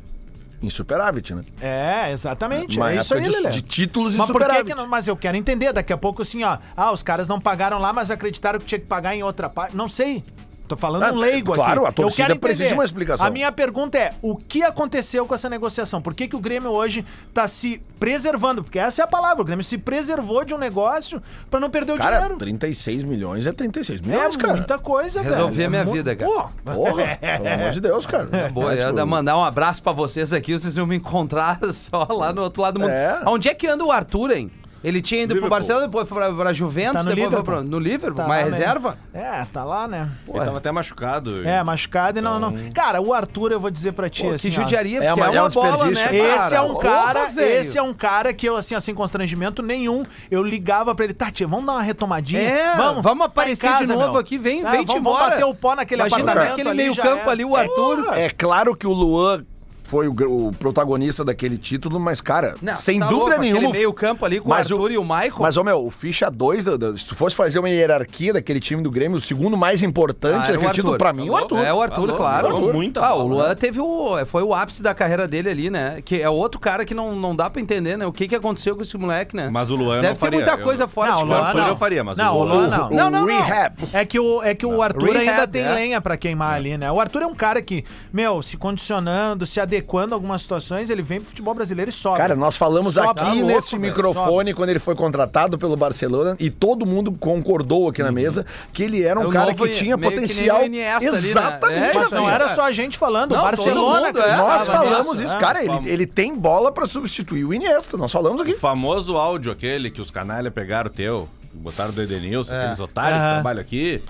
em superávit, né? É, exatamente. Uma é isso época aí, de- Lelê. de títulos e mas por que superávit. que não- Mas eu quero entender, daqui a pouco assim, ó. Ah, os caras não pagaram lá, mas acreditaram que tinha que pagar em outra parte. Não sei. Tô falando Ah, um leigo aqui. claro, a Eu torcida quero entender. precisa de uma explicação. A minha pergunta é, o que aconteceu com essa negociação? Por que, que o Grêmio hoje tá se preservando? Porque essa é a palavra, o Grêmio se preservou de um negócio pra não perder o Cara, dinheiro. 36 milhões é 36 milhões, É cara. muita coisa, cara. Resolvi a É minha mu- vida, cara. Pô, Porra, pelo amor de Deus, cara. Boa, É, eu ia tipo, dar- mandar um abraço pra vocês aqui, vocês vão me encontrar só lá no outro lado do mundo. É. Onde é que anda o Arthur, hein? Ele tinha ido pro Liverpool. Barcelona, depois foi pra, pra Juventus, Tá no depois foi Liverpool. pra, no Liverpool, Tá mas lá, né? reserva. É, tá lá, né? Ele tava até machucado. É, machucado e não, não. Cara, o Arthur, eu vou dizer pra ti, Então- Pô, que assim. ó, judiaria, É porque é uma- uma, é um bola, né, desperdício. cara? Esse é um Porra, cara, velho. esse é um cara que eu, assim, ó, sem constrangimento nenhum, eu ligava pra ele, Tati, vamos dar uma retomadinha? É, vamos, tá em aparecer de casa, novo meu." aqui, vem, É, vem te vamos, vamos embora. bater o pó naquele Imagina apartamento naquele ali, meio já campo é. ali, o Arthur... É claro que o Luan foi o, gr- o protagonista daquele título, mas, cara, Não, sem tá louco, dúvida aquele nenhuma. meio campo ali com o Arthur e o Michael. Mas, ô, meu, o ficha 2, se tu fosse fazer uma hierarquia daquele time do Grêmio, o segundo mais importante Ah, era o daquele título Arthur. pra mim, o Arthur. né? É o Arthur, Falou, claro. falou muita ah, o bola, Luan teve o. Foi o ápice da carreira dele ali, né? Que é outro cara que não, não dá pra entender, né? O que, que aconteceu com esse moleque, né? Mas o Luan eu Deve não ter faria. muita Eu- coisa fora Não, de o campo. Luan não. eu faria, mas Não, o- o Luan não. Não, não, não. Rehab. É que o, é que o Arthur Rehab, ainda tem é. lenha pra queimar ali, né? O Arthur é um cara que, meu, se condicionando, se adequando a algumas situações, ele vem pro futebol brasileiro e sobe. Cara, nós falamos Sobe. Tá aqui louco, neste velho, microfone quando ele foi contratado pelo Barcelona e todo mundo concordou aqui na mesa que ele era um É Uhum. o cara novo que tinha meio que nem potencial. o Iniesta ali, né? É, Exatamente. Mas não assim, era cara. só a gente falando, Não, o Barcelona. todo mundo, é. Nós tava falamos nessa, isso, né? cara, Vamos. ele, ele tem bola pra substituir o Iniesta, nós falamos aqui. O famoso áudio aquele que os canalha pegaram teu, botaram do Edenilson, É. aqueles otários que Aham. trabalham aqui.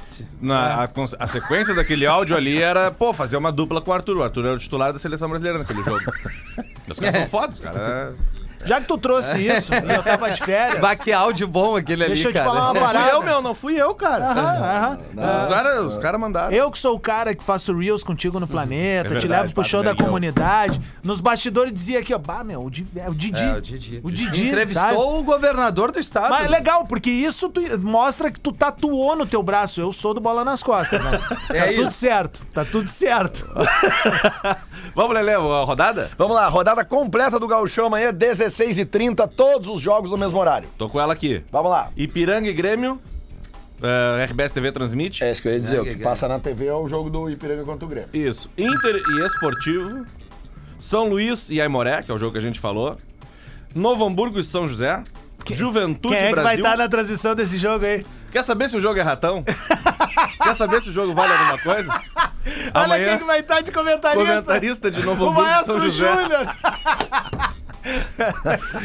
Na, a, cons- a sequência daquele áudio ali era, pô, fazer uma dupla com o Arthur. O Arthur era o titular da seleção brasileira naquele jogo. os caras são fodas, cara. Já que tu trouxe isso, e eu tava de férias. Bah, que áudio bom aquele Deixa eu É. ali, te cara. falar uma Não fui parada. eu, meu, não fui eu, cara. Ah. Aham, aham. Os caras os cara mandaram. Eu que sou o cara que faço reels contigo Uhum. no planeta, É te verdade, levo pro Pato show da Neguinho. comunidade. Nos bastidores dizia aqui, ó, bah, meu, o Didi. É, o Didi. É, o Didi. O Didi, Entrevistou sabe? o governador do estado. Mas é legal, porque isso tu- mostra que tu tatuou no teu braço. Eu sou do bola nas costas, né? É tá isso. tudo certo, tá tudo certo. Vamos, Lele, a rodada? Vamos lá, rodada completa do Gauchão amanhã, 16h30, todos os jogos no mesmo horário. Tô com ela aqui. Vamos lá. Ipiranga e Grêmio. eh, RBS TV transmite. É isso que eu ia dizer, o que Grêmio. passa na TV é o jogo do Ipiranga contra o Grêmio. Isso. Inter e Esportivo. São Luís e Aimoré, que é o jogo que a gente falou. Novo Hamburgo e São José. Juventude Quem é que vai Brasil. estar na transição desse jogo aí? Quer saber se o jogo é ratão? Quer saber se o jogo vale alguma coisa? Olha quem Amanhã, que vai estar de comentarista. comentarista de Novo O Hamburgo e São maestro José. Júnior.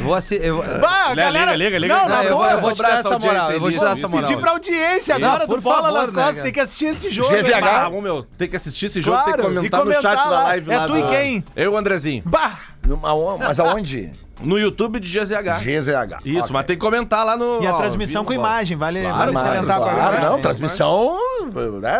Vou assi- eu- Bah, Liga, galera, liga, liga, não, na liga. Não, eu vou- boa, eu vou te cobrar dar essa essa moral, audiência eu vou te aí dar nisso, essa moral. pedir pra audiência Não, agora por do Bola favor, nas né, Costas, cara? tem que assistir esse jogo. GZH. irmão. Ah, ô, meu, tem que assistir esse jogo, Claro, tem que e comentar, comentar no lá. chat da live É lá tu do- e quem? Eu e o Andrezinho. Bah! Numa- Mas aonde? No YouTube de GZH. GZH. Isso, Ok. mas tem que comentar lá no. E a ó, transmissão com vivo, ó. imagem, vale, vale Mas, salientar Ah, claro, agora. né? não, transmissão. Né?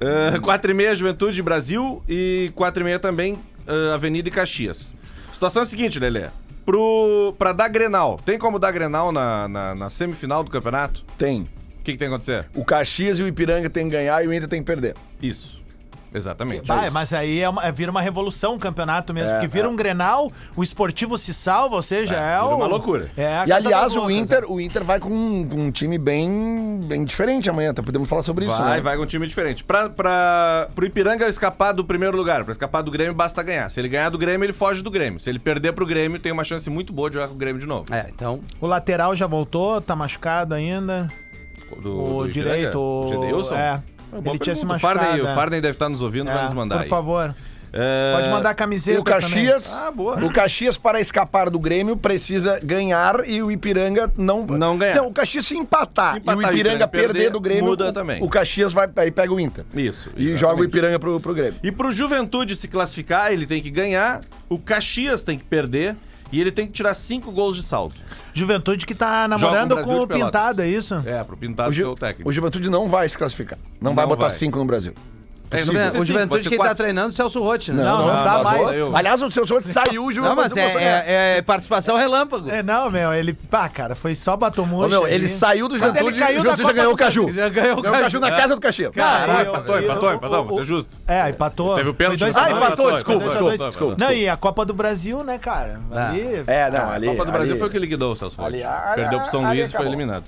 Ah, Quatro e meia, Juventude Brasil e quatro e meia também, ah, Avenida e Caxias. Situação é a seguinte, Lelê. Pro, pra dar Grenal, tem como dar Grenal na, na, na semifinal do campeonato? Tem. O que, que tem que acontecer? O Caxias e o Ipiranga tem que ganhar e o Inter tem que perder. Isso. Exatamente. Bah, mas aí é uma- é- vira uma revolução o campeonato mesmo, porque vira um Grenal, o esportivo se salva, ou seja, é, vira o- uma loucura. É a e casa aliás, das o loucas, Inter, né? o Inter vai com, um- com um time bem, bem diferente amanhã, tá? Podemos falar sobre isso, Vai, né? vai com um time diferente. Pra, pra, pro Ipiranga escapar do primeiro lugar, pra escapar do Grêmio, basta ganhar. Se ele ganhar do Grêmio, ele foge do Grêmio. Se ele perder pro Grêmio, tem uma chance muito boa de jogar com o Grêmio de novo. É, então. O lateral já voltou, tá machucado ainda. Do- O, do Ipiranga, direito, o. Gedeilson? É. Boa Ele tinha se pergunta. O machucado. Farney- é. O Farney deve estar nos ouvindo, É, vai nos mandar Por aí. favor. É, Pode mandar E camiseta. o Caxias, Ah, boa. o Caxias para escapar do Grêmio precisa ganhar e o Ipiranga não Não ganhar. o Caxias se empatar, Se empatar e o Ipiranga perder, do Grêmio, muda o, também. o Caxias vai aí pega o Inter. Isso. E exatamente. joga o Ipiranga pro, pro Grêmio. E pro Juventude se classificar, ele tem que ganhar, o Caxias tem que perder E ele tem que tirar cinco gols de saldo. Juventude que tá Joga com o namorando Brasil com de o Pelotas. Pintado, é isso? É, pro pintado O, ser Ju- o técnico. o Juventude não vai se classificar. Não, vai Não botar vai. cinco no Brasil. É, não Juven- precisa ser cinco, o pode Juventude ser quem tá quatro. treinando é o Celso Rotti, né? Não, não, não, dá mas mais. olha, eu- Aliás, o seu Jorge saiu, o Não, Juventude mas é, do Bolsonaro. é- é participação relâmpago. É, não, meu, ele. Pá, cara, foi só batom Ô, meu, ele saiu do Quando ele Juventude e caiu o da Juventude já Copa ganhou do o Caju. Já ganhou o Ganhou o Caju. Caraca. Caju na casa do Caxias. Cara, eu- Empatou, eu- empatou, eu- empatou, eu- vamos ser justos. É, empatou. Teve o pênalti Foi dois do a Ah, dois. empatou, Empatou, desculpa, empatou, desculpa, desculpa. Não, e a Copa do Brasil, né, cara? Ali. É, não, ali. A Copa do Brasil ali- foi o que ele liquidou o Celso Rotti. Ali, ali, Perdeu pro São ali Luís e foi acabou. eliminado.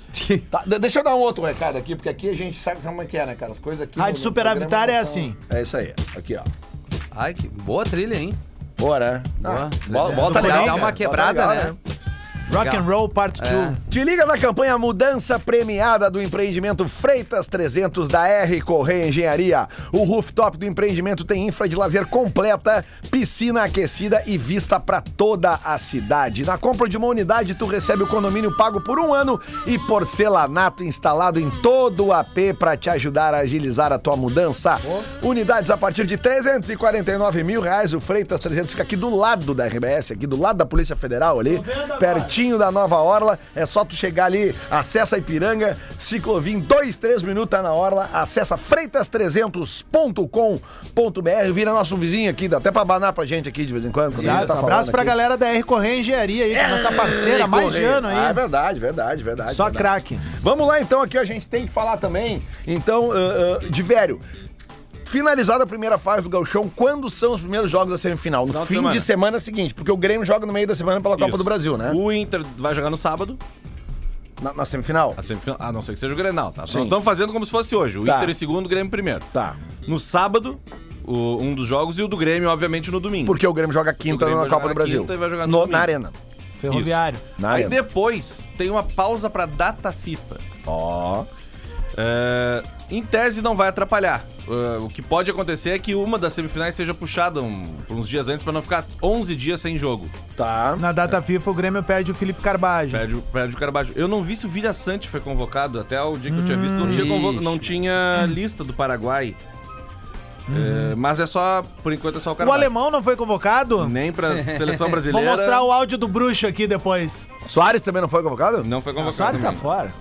Tá, de- deixa eu dar um outro recado aqui, porque aqui a gente sabe como é que é, né, cara? As coisas aqui. Rádio no- no Superavitária programa é não assim. são- É isso aí. Aqui, ó. Ai, que boa trilha, hein? Bora, né? Boa. Bota, bota Dá legal. uma cara. quebrada, Bota né? Rock Legal. and Roll É, Part 2. Te liga na campanha Mudança Premiada do Empreendimento Freitas 300 da R Correia Engenharia. O rooftop do empreendimento tem infra de lazer completa, piscina aquecida e vista para toda a cidade. Na compra de uma unidade, tu recebe o condomínio pago por um ano e porcelanato instalado em todo o AP para te ajudar a agilizar a tua mudança. Unidades a partir de 349 mil reais. O Freitas 300 fica aqui do lado da RBS, aqui do lado da Polícia Federal ali, pertinho da Nova Orla. É só tu chegar ali, acessa a Ipiranga, ciclovia em 2, 3 minutos tá na Orla, acessa freitas300.com.br, vira nosso vizinho aqui, dá até pra banar pra gente aqui de vez em quando. quando a gente Exato. tá um falando abraço pra aqui. galera da R Correia Engenharia aí, que é nossa parceira há mais de Correia. ano aí. Ah, é verdade, verdade, verdade. Só verdade. craque. Vamos lá então, aqui a gente tem que falar também, então, ah, ah, de velho. Finalizada a primeira fase do Gauchão, quando são os primeiros jogos da semifinal? No Final de fim semana. de semana seguinte, porque o Grêmio joga no meio da semana pela Copa Isso. do Brasil, né? O Inter vai jogar no sábado. Na, na semifinal. A, semifinal, a não ser que seja o Grenal, tá? Nós Sim. estamos fazendo como se fosse hoje. O Tá. Inter em segundo, o Grêmio em primeiro. Tá. No sábado, o- um dos jogos, e o do Grêmio, obviamente, no domingo. Porque o Grêmio joga O quinta na Grêmio vai Copa jogar do Brasil. quinta e vai jogar no No- domingo. na Arena. Ferroviário. Na Aí Arena. depois tem uma pausa pra data FIFA. Ó. É, em tese não vai atrapalhar. É, o que pode acontecer é que uma das semifinais seja puxada um- por uns dias antes pra não ficar 11 dias sem jogo. Tá. Na data FIFA, o Grêmio perde o Felipe Carbajo. Hum. Perde, o- perde o Carbajo. Eu não vi se o Vilha Sante foi convocado. Até o dia que eu tinha visto, não tinha, Hum. convo- Ixi. não tinha lista do Paraguai. Hum. É, mas é só, por enquanto, é só o O Carbajo. alemão não foi convocado? Nem pra seleção Vou brasileira. mostrar o áudio do bruxo aqui depois. Soares também não foi convocado? Não foi O convocado. Soares tá também. fora.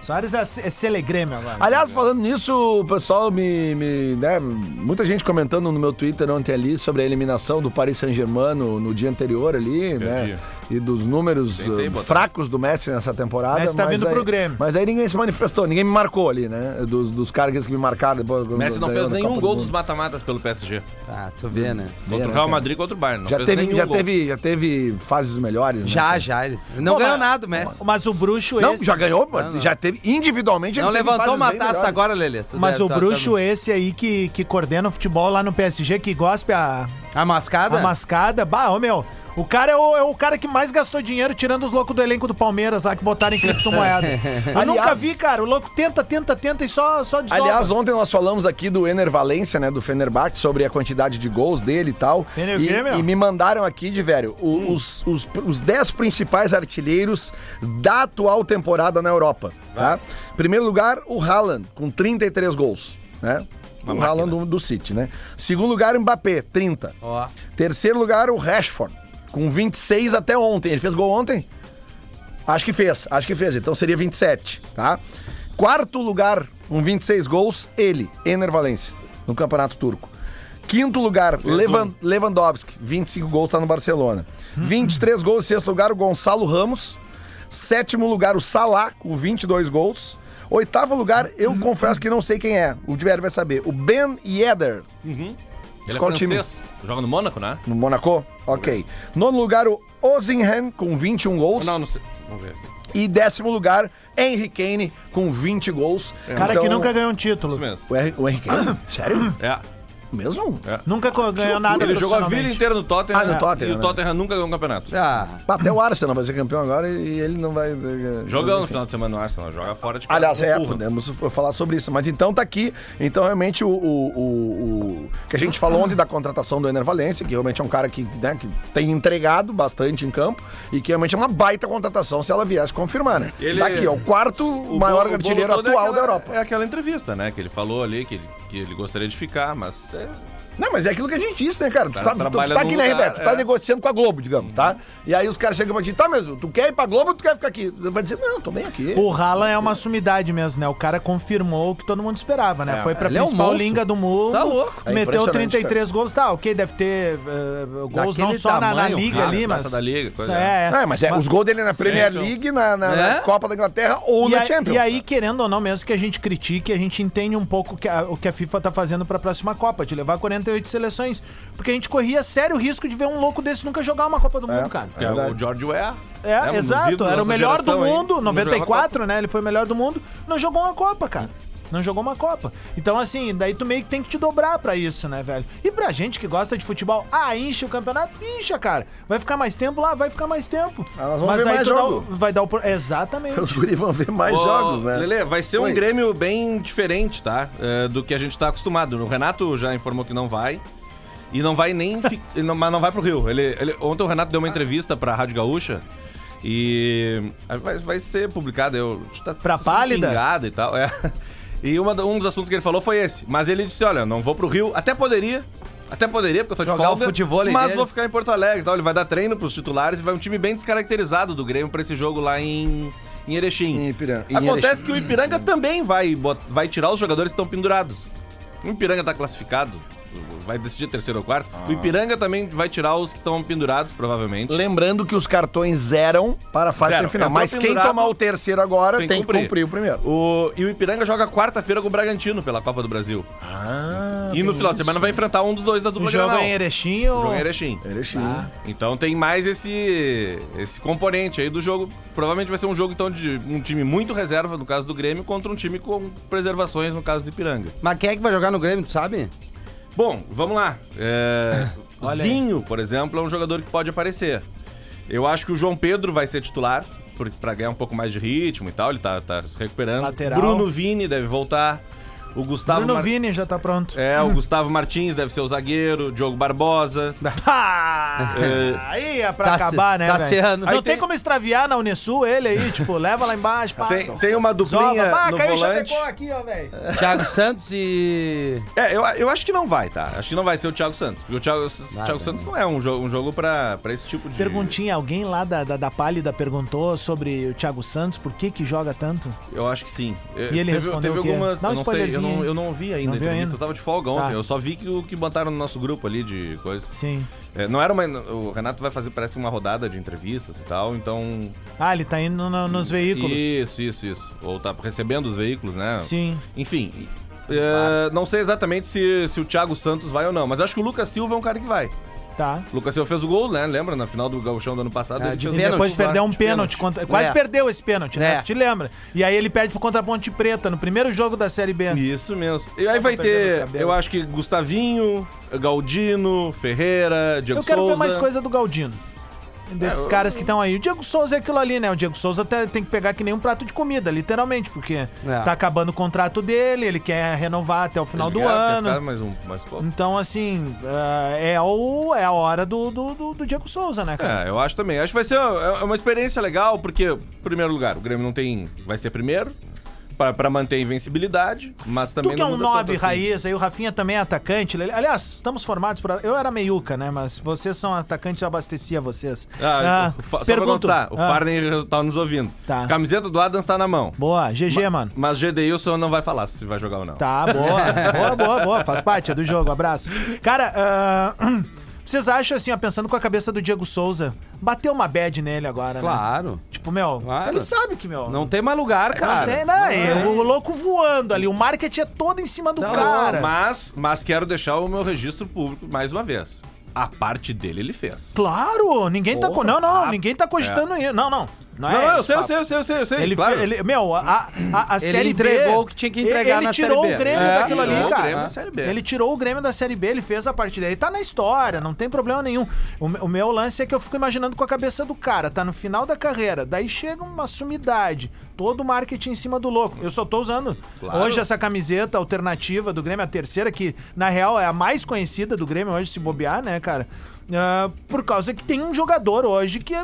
Soares é, é Selegrêmio agora. Aliás, falando nisso, o pessoal me. me, né, muita gente comentando no meu Twitter ontem ali sobre a eliminação do Paris Saint-Germain no, no dia anterior ali, né? E dos números Tentei eh, botar. fracos do Messi nessa temporada. Messi tá Ah, mas vindo aí- pro Grêmio. Mas aí ninguém se manifestou, ninguém me marcou ali, né? Dos, dos caras que me marcaram depois. O Messi não da- fez da nenhum Copa gol do dos Mundo. mata-matas pelo PSG. Tá, tu vê, né? Contra o né, Real cara? Madrid e contra o Bayern. Não Já fez teve, nenhum já, gol. teve, já teve fases melhores. né? Já, já. Ele ele não Pô, ganhou mas- nada, o Messi. Mas o bruxo Não, esse. já ganhou, mas Não, não. já teve. Individualmente Não ele teve levantou fases uma bem taça melhores. agora, Lelê. Tu Mas deve- o tá- tá- bruxo esse aí que, que coordena o futebol lá no PSG, que gospe a, A mascada? é- a mascada. Bah, ô meu, o cara é o, é o cara que mais gastou dinheiro tirando os loucos do elenco do Palmeiras lá que botaram em criptomoeda. Eu Aliás- nunca vi, cara. O louco tenta, tenta, tenta e só, só desova. Aliás, ontem nós falamos aqui do Ener Valência, né, do Fenerbahçe, sobre a quantidade de gols dele e tal. Fener E, Grêmio? e me mandaram aqui, de velho, o- os, os, os 10 principais artilheiros da atual temporada na Europa. Tá? Primeiro lugar, o Haaland, com 33 gols. Né? o Haaland do, do City, né? Segundo lugar, o Mbappé, 30. Ó. Terceiro lugar, o Rashford, com 26 até ontem. Ele fez gol ontem? Acho que fez, acho que fez. Então seria 27, tá? Quarto lugar, com 26 gols, ele, Ener Valencia, no Campeonato Turco. Quinto lugar, Levan- Lewandowski, 25 gols, tá no Barcelona. 23 gols, sexto lugar, o Gonçalo Ramos. Sétimo lugar, o Salah, com 22 gols. Oitavo lugar, eu confesso que não sei quem é, o Diverio vai saber. O Ben Yedder, Ele é Qual time? francês. Joga no Mônaco, né? no Monaco? Ok. Nono lugar, o Ozinhan, com 21 gols. Não, não sei. Vamos ver. E décimo lugar, Henry Kane, com 20 gols. cara que Então, nunca ganhou um título. Isso mesmo. O, Henry- o Henry Kane? Sério? É. Mesmo? Nunca co- ganhou nada Ele jogou a vida profissionalmente. inteira no Tottenham. Ah, no Tottenham, E o né? É. Tottenham nunca ganhou um campeonato. Ah, Até o Arsenal vai ser campeão agora e ele não vai... Jogando no final de semana no Arsenal, joga fora de casa. Aliás, com o é, Fulham. podemos falar sobre isso. Mas então tá aqui. Então, realmente, o, o- o- o que a gente falou ontem da contratação do Ener Valencia, que realmente é um cara que, né, que tem entregado bastante em campo e que realmente é uma baita contratação se ela viesse confirmar, né? Ele- Tá aqui, ó, o quarto O maior bolo- o artilheiro bolo todo é atual da aquela- Europa. É aquela entrevista, né? Que ele falou ali que ele, que ele gostaria de ficar, mas é, Não, mas é aquilo que a gente disse, né, cara? Tu cara tá, tu- tu trabalha tá num aqui na lugar, RBS, tu tá é. negociando com a Globo, digamos, tá? E aí os caras chegam pra ti, tá, mas tu quer ir pra Globo ou tu quer ficar aqui? Tu Vai dizer, não, tô bem aqui. O Haaland é uma sumidade mesmo, né? O cara confirmou o que todo mundo esperava, né? Foi pra Ele é um principal monstro. linga do mundo. Tá louco. É meteu impressionante, 33 gols. Tá, ok, deve ter eh, gols Daquele não só na- na, tamanho, liga cara, ali, taça mas. da liga, coisa- Isso é, Ah, mas é, os gols dele é na Premier então. League, na, na- na É? Copa da Inglaterra ou Né? E, na a- Champions. né? e aí, querendo ou não, mesmo que a gente critique, a gente entende um pouco que a- o que a FIFA tá fazendo pra próxima Copa, de levar 48 seleções. Porque a gente corria sério risco de ver um louco desse nunca jogar uma Copa do Mundo, cara. Que é o George Weah. É, né, um dos exato. ídolos Era o dessa melhor do geração aí. mundo, Não jogava 94, né? Ele foi o melhor do mundo. Não jogou uma Copa, cara. Não jogou uma Copa. Então, assim, daí tu meio que tem que te dobrar pra isso, né, velho? E pra gente que gosta de futebol, ah, enche o campeonato, incha, cara. Vai ficar mais tempo lá, vai ficar mais tempo. Ah, nós vamos ver mais tu dá jogo. o- vai dar o. pro- Exatamente. Os guris vão ver mais Ô, jogos, né? Lele, vai ser Oi. um Grêmio bem diferente, tá? É, do que a gente tá acostumado. O Renato já informou que não vai. E não vai nem. fi- ele não- mas não vai pro Rio. Ele, ele- ontem o Renato deu uma entrevista pra Rádio Gaúcha. E. ah, Vai, vai ser publicada. Eu, tá Pra Pálida? pingado e tal. é. E uma da- um dos assuntos que ele falou foi esse. Mas ele disse: olha, não vou pro Rio. Até poderia. Até poderia, porque eu tô de Jogar folga. o futevôlei mas dele. vou ficar em Porto Alegre e tal. Ele vai dar treino pros titulares e vai um time bem descaracterizado do Grêmio pra esse jogo lá em, em Erechim. Em Ipiranga. Em Acontece que o Ipiranga também vai, bot- vai tirar os jogadores que estão pendurados. O Ipiranga tá classificado, vai decidir terceiro ou quarto. Ah. O Ipiranga também vai tirar os que estão pendurados, provavelmente. Lembrando que os cartões zeram para a fase Zero. semifinal. Entrou Mas quem É pendurado, tomar o terceiro agora tem, que cumprir. o primeiro. O- e o Ipiranga joga quarta-feira com o Bragantino pela Copa do Brasil. Ah, e no final de semana vai enfrentar um dos dois da O dupla jogo Grenal. é em Erechim O ou... jogo é em Erechim. Erechim. Então tem mais esse esse componente aí do jogo. Provavelmente vai ser um jogo então de um time muito reserva, no caso do Grêmio, contra um time com preservações, no caso do Ipiranga. Mas quem é que vai jogar no Grêmio, tu sabe? Bom, vamos lá. É, Olha aí. Zinho, por exemplo, é um jogador que pode aparecer. Eu acho que o João Pedro vai ser titular, por- pra ganhar um pouco mais de ritmo e tal, ele tá, tá se recuperando. Lateral. Bruno Vini deve voltar. O Gustavo. Bruno Mar- Vini já tá pronto. É, o Gustavo Martins deve ser o zagueiro, Diogo Barbosa. Pá! Ah, Aí é pra Tá se- acabar, né, tá velho? serrando. Não Aí tem, como extraviar na Unesul ele aí, tipo, leva lá embaixo, pá. Tem, tem uma duplinha Zova, pá, no caiu o volante. Chapecó aqui, ó, velho. Thiago Santos e. É, eu, eu acho que não vai, tá? Acho que não vai ser o Thiago Santos. Porque o Thiago, o Thiago velho. Santos não é um jogo, um jogo pra, pra esse tipo de... né? Perguntinha, alguém lá da, da, da Pálida perguntou sobre o Thiago Santos, por que que joga tanto? Eu acho que sim. É, E ele respondeu teve o quê? algumas. Dá um eu não sei, eu spoilerzinho não, aí. eu não vi ainda Não a viu entrevista. ainda? Eu tava de folga ontem. Tá. Eu só vi que o que botaram no nosso grupo ali de coisa. Sim. É, não era uma. O Renato vai fazer, parece, uma rodada de entrevistas e tal, então. Ah, ele tá indo no- nos veículos. Isso, isso, isso. Ou tá recebendo os veículos, né? Sim. Enfim. é, não sei exatamente se, se o Thiago Santos vai ou não, mas acho que o Lucas Silva é um cara que vai. Tá. O Lucas Silva fez o gol, né? Lembra? Na final do Gauchão do ano passado. Ah, ele de fez o pênalti. gol. Depois Pênalti, perdeu um de pênalti. contra- Quase É. perdeu esse pênalti, né? É. Tu te lembra? E aí ele perde pro contra a Ponte Preta, no primeiro jogo da Série B. Isso mesmo. E aí Eu vai tô perdendo os ter, cabelos. eu acho que Gustavinho, Galdino, Ferreira, Diego Eu quero Souza. ver mais coisa do Galdino. Desses caras que estão aí. O Diego Souza é aquilo ali, né? O Diego Souza até tem que pegar que nem um prato de comida, literalmente, porque tá acabando o contrato dele, ele quer renovar até o final do Quer ficar ano. Mais um, mais pouco. Então, assim, ah, é, o, é a hora do, do, do- do Diego Souza, né, cara? É, eu acho também. Acho que vai ser uma, é uma experiência legal, porque, em primeiro lugar, o Grêmio não tem. Vai ser primeiro. Pra, pra manter a invencibilidade, mas também. Tu que é não um muda tanto 9 assim. raiz, aí o Rafinha também é atacante. Ele- Aliás, estamos formados por. Eu era meiuca, né? Mas vocês são atacantes, eu abastecia vocês. Ah, o- fa- só pra contar, o Ah, Farney tá nos ouvindo. Tá. Camiseta do Adams tá na mão. Boa, GG, mano. Mas Gedeilson não vai falar se vai jogar ou não. Tá, boa. boa, boa, boa. Faz parte é do jogo. Abraço. Cara, ah, vocês acham assim, ó, pensando com a cabeça do Diego Souza, bateu uma bad nele agora, né? Claro. Tipo, meu, Claro. ele sabe que, meu. Não tem mais lugar, não cara. tem, né? É, O louco voando ali. O marketing é todo em cima do Tá cara. Mas, mas quero deixar o meu registro público mais uma vez. A parte dele ele fez. Claro, ninguém tá. co- Não, não, não, ninguém tá cogitando isso. Não, não. Não, é esse papo. eu sei, eu sei, eu sei. Ele, fe- ele- meu, a, a, a, a Ele série B, entregou o que tinha que entregar ele na tirou Série B. o Grêmio É, daquilo ali, tirou o cara. Grêmio da Série B. Ele tirou o Grêmio da série B, ele fez a parte dele, tá na história, não tem problema nenhum. O, me- o meu lance é que eu fico imaginando com a cabeça do cara, tá no final da carreira, daí chega uma sumidade, todo o marketing em cima do louco. Eu só tô usando Claro. hoje essa camiseta alternativa do Grêmio, a terceira que na real é a mais conhecida do Grêmio hoje se bobear, né, cara? Ah, por causa que tem um jogador Hum. hoje que é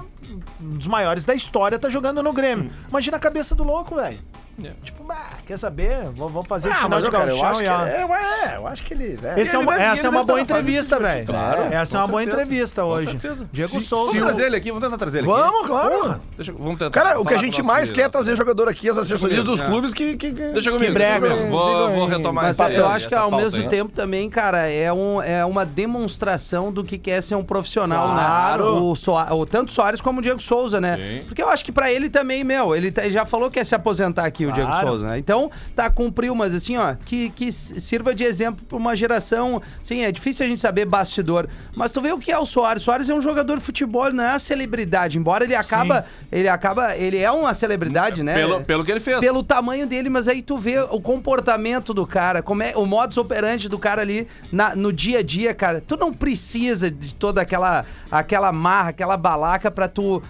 um dos maiores da história, tá jogando no Grêmio. Imagina a cabeça do louco, velho. Tipo, bah, quer saber? Vou, vou fazer esse Ah, final mas de eu, cara, eu gauchão acho e que, ó. é, ué, eu acho que ele... né? Esse é ele uma- deve- ele essa é uma deve boa estar fazendo entrevista, velho. Claro, Essa é uma com boa certeza. entrevista hoje. Diego Vamos Souza. trazer ele aqui, vamos tentar trazer ele aqui. Vamos, claro. Deixa, eu- vamos tentar Cara, o que a falar gente com o nosso mais líder. quer é trazer jogador aqui, as assessorias comigo, dos é. clubes que... que, que... Deixa comigo. breve. deixa comigo. Vou, vou retomar Mas essa- eu acho que é essa ao pauta mesmo aí. né? tempo também, cara, é, um, é uma demonstração do que quer ser um profissional, né? Claro. O Soa- o, tanto Soares como o Diego Souza, né? Sim. Porque eu acho que pra ele também, meu, ele tá- ele já falou que ia se aposentar aqui, o Diego Claro. Souza, né? Então, tá, cumpriu, mas assim, ó, que, que s- sirva de exemplo pra uma geração. Sim, é difícil a gente saber bastidor. Mas tu vê o que é o Soares. Soares é um jogador de futebol, ele não é uma celebridade. Embora ele acaba. Ele acaba. Ele é uma celebridade, né? Pelo, pelo que ele fez. pelo tamanho dele, mas aí tu vê o comportamento do cara, como é o modus operandi do cara ali na- no dia a dia, cara. Tu não precisa de toda aquela aquela marra, aquela balaca pra tu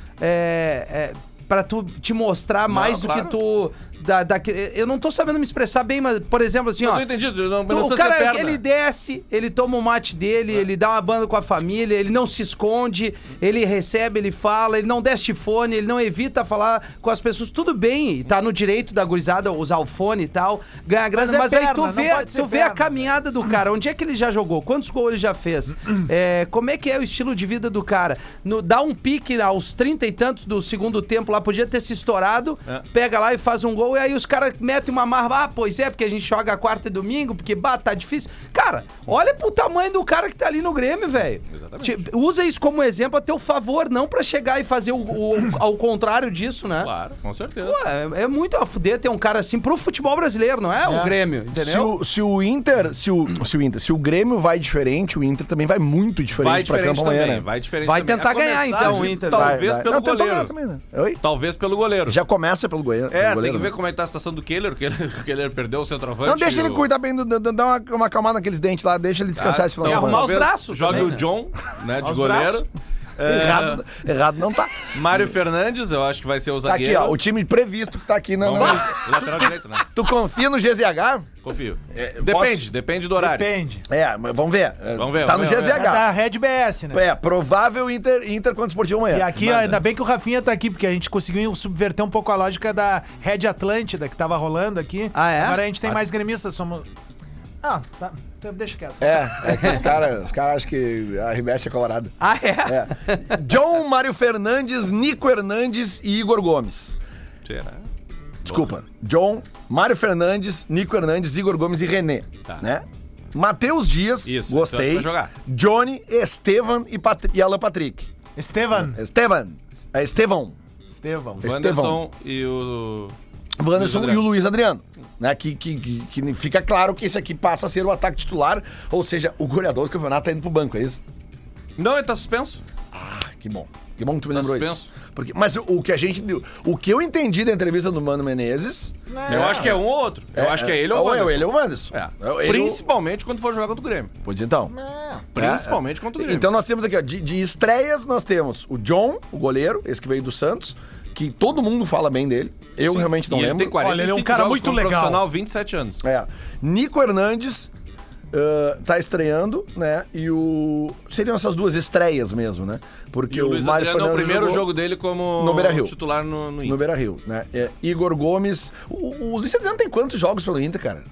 é, para tu te mostrar mais do claro. que tu da, da- eu não tô sabendo me expressar bem, mas por exemplo assim, Mas ó. eu entendi, não, não Tu- o precisa ser cara, perna. ele desce, ele toma o mate dele, ele dá uma banda com a família, ele não se esconde, ele recebe, ele fala, ele não desce fone, ele não evita falar com as pessoas. Tudo bem, e tá no direito da gurizada usar o fone e tal, ganhar grana, é mas, aí perna, tu não vê, pode ser tu vê a perna. caminhada do cara. Onde é que ele já jogou? Quantos gols ele já fez? É, como é que é o estilo de vida do cara? No, dá um pique aos 30 e tantos do segundo tempo lá, podia ter se estourado, É. pega lá e faz um gol, e aí os caras metem uma marra. Ah, pois é, porque a gente joga quarta e domingo, porque bah, tá difícil. Cara, olha pro tamanho do cara que tá ali no Grêmio, velho. Exatamente. Te- Usa isso como exemplo a teu favor, não pra chegar e fazer o, o- ao contrário disso, né? Claro, com certeza. Pô, é, é muito a fuder ter um cara assim pro futebol brasileiro, não é? O Grêmio, entendeu? Se o, se o Inter, se o, se o Inter, se o Grêmio vai diferente, o Inter também vai muito Vai diferente pra diferente campo também, amanhã, né? vai diferente Vai também. tentar A começar, ganhar, então, o gente, Inter. Talvez vai. pelo Não, tentou ganhar goleiro. também, né? Oi? Talvez pelo goleiro. Já começa pelo goleiro. É, pelo goleiro, tem que ver né? como é que tá a situação do Keller, que ele, que ele perdeu o centroavante. Não deixa e ele o- Ah, cuidar bem, do, do- dá uma, uma calmada naqueles dentes lá, deixa ele descansar esse final então, de semana. arrumar os talvez braços Jogue também, o né? John, né, de os goleiro. É, Errado, errado não tá. Mário Fernandes, eu acho que vai ser o Tá aqui, zagueiro. ó, o time previsto que tá aqui. na. Vamos na- lá, lateral direito, né? Tu confia no GZH? Confio. depende, depende do horário. Depende. É, mas vamos ver. É, Vamos ver, Tá vamos no ver, É GZH. da Red BS, né? É, provável Inter, Inter contra o Esportivo amanhã. E aqui, ó, ainda bem que o Rafinha tá aqui, porque a gente conseguiu subverter um pouco a lógica da Red Atlântida que tava rolando aqui. Ah, é? Agora a gente tem mais gremistas, somos. Ah, tá. Então Deixa quieto. É, é que os caras os cara acham que a RBS é colorada. Ah, é? É. John, Mário Fernandes, Nico Hernandes e Igor Gomes. Será? Desculpa. John, Mário Fernandes, Nico Hernandes, Igor Gomes e René. Né? Matheus Dias, Tá. Isso, gostei. isso eu acho que vai jogar. Johnny, Estevan e, Pat- e Alan Patrick. Estevan. Estevan. É Estevão. Estevão. O Anderson e o. Wanderson Luiz e o Luiz Adriano. Né? Que, que, que, que fica claro que esse aqui passa a ser o ataque titular, ou seja, o goleador do campeonato tá indo pro banco, é isso? Não, ele tá suspenso. Ah, que bom. Que bom que tu me Tá lembrou suspenso. isso. Porque, mas o, o que a gente. deu- O que eu entendi da entrevista do Mano Menezes. Eu acho que é um ou outro. Eu acho que é ele ou o eu, Wanderson. ele ou o Wanderson. É. É, ele ou- Principalmente quando for jogar contra o Grêmio. Pois então. Principalmente contra o Grêmio. Então nós temos aqui, ó, de, de estreias, nós temos o John, o goleiro, esse que veio do Santos, que todo mundo fala bem dele. Eu realmente não E lembro. Ele tem 45 Olha, ele é um cara jogos muito como legal. Profissional, 27 anos. É. Nico Hernandes ãh, tá estreando, né? E o. Seriam essas duas estreias mesmo, né? Porque E o o, Luiz Mário Adriano é o Fernandes primeiro jogou jogo dele como no Beira-Rio. titular no, no no Inter. Beira Rio, né? É, Igor Gomes. O, o Luiz Adriano tem quantos jogos pelo Inter, cara?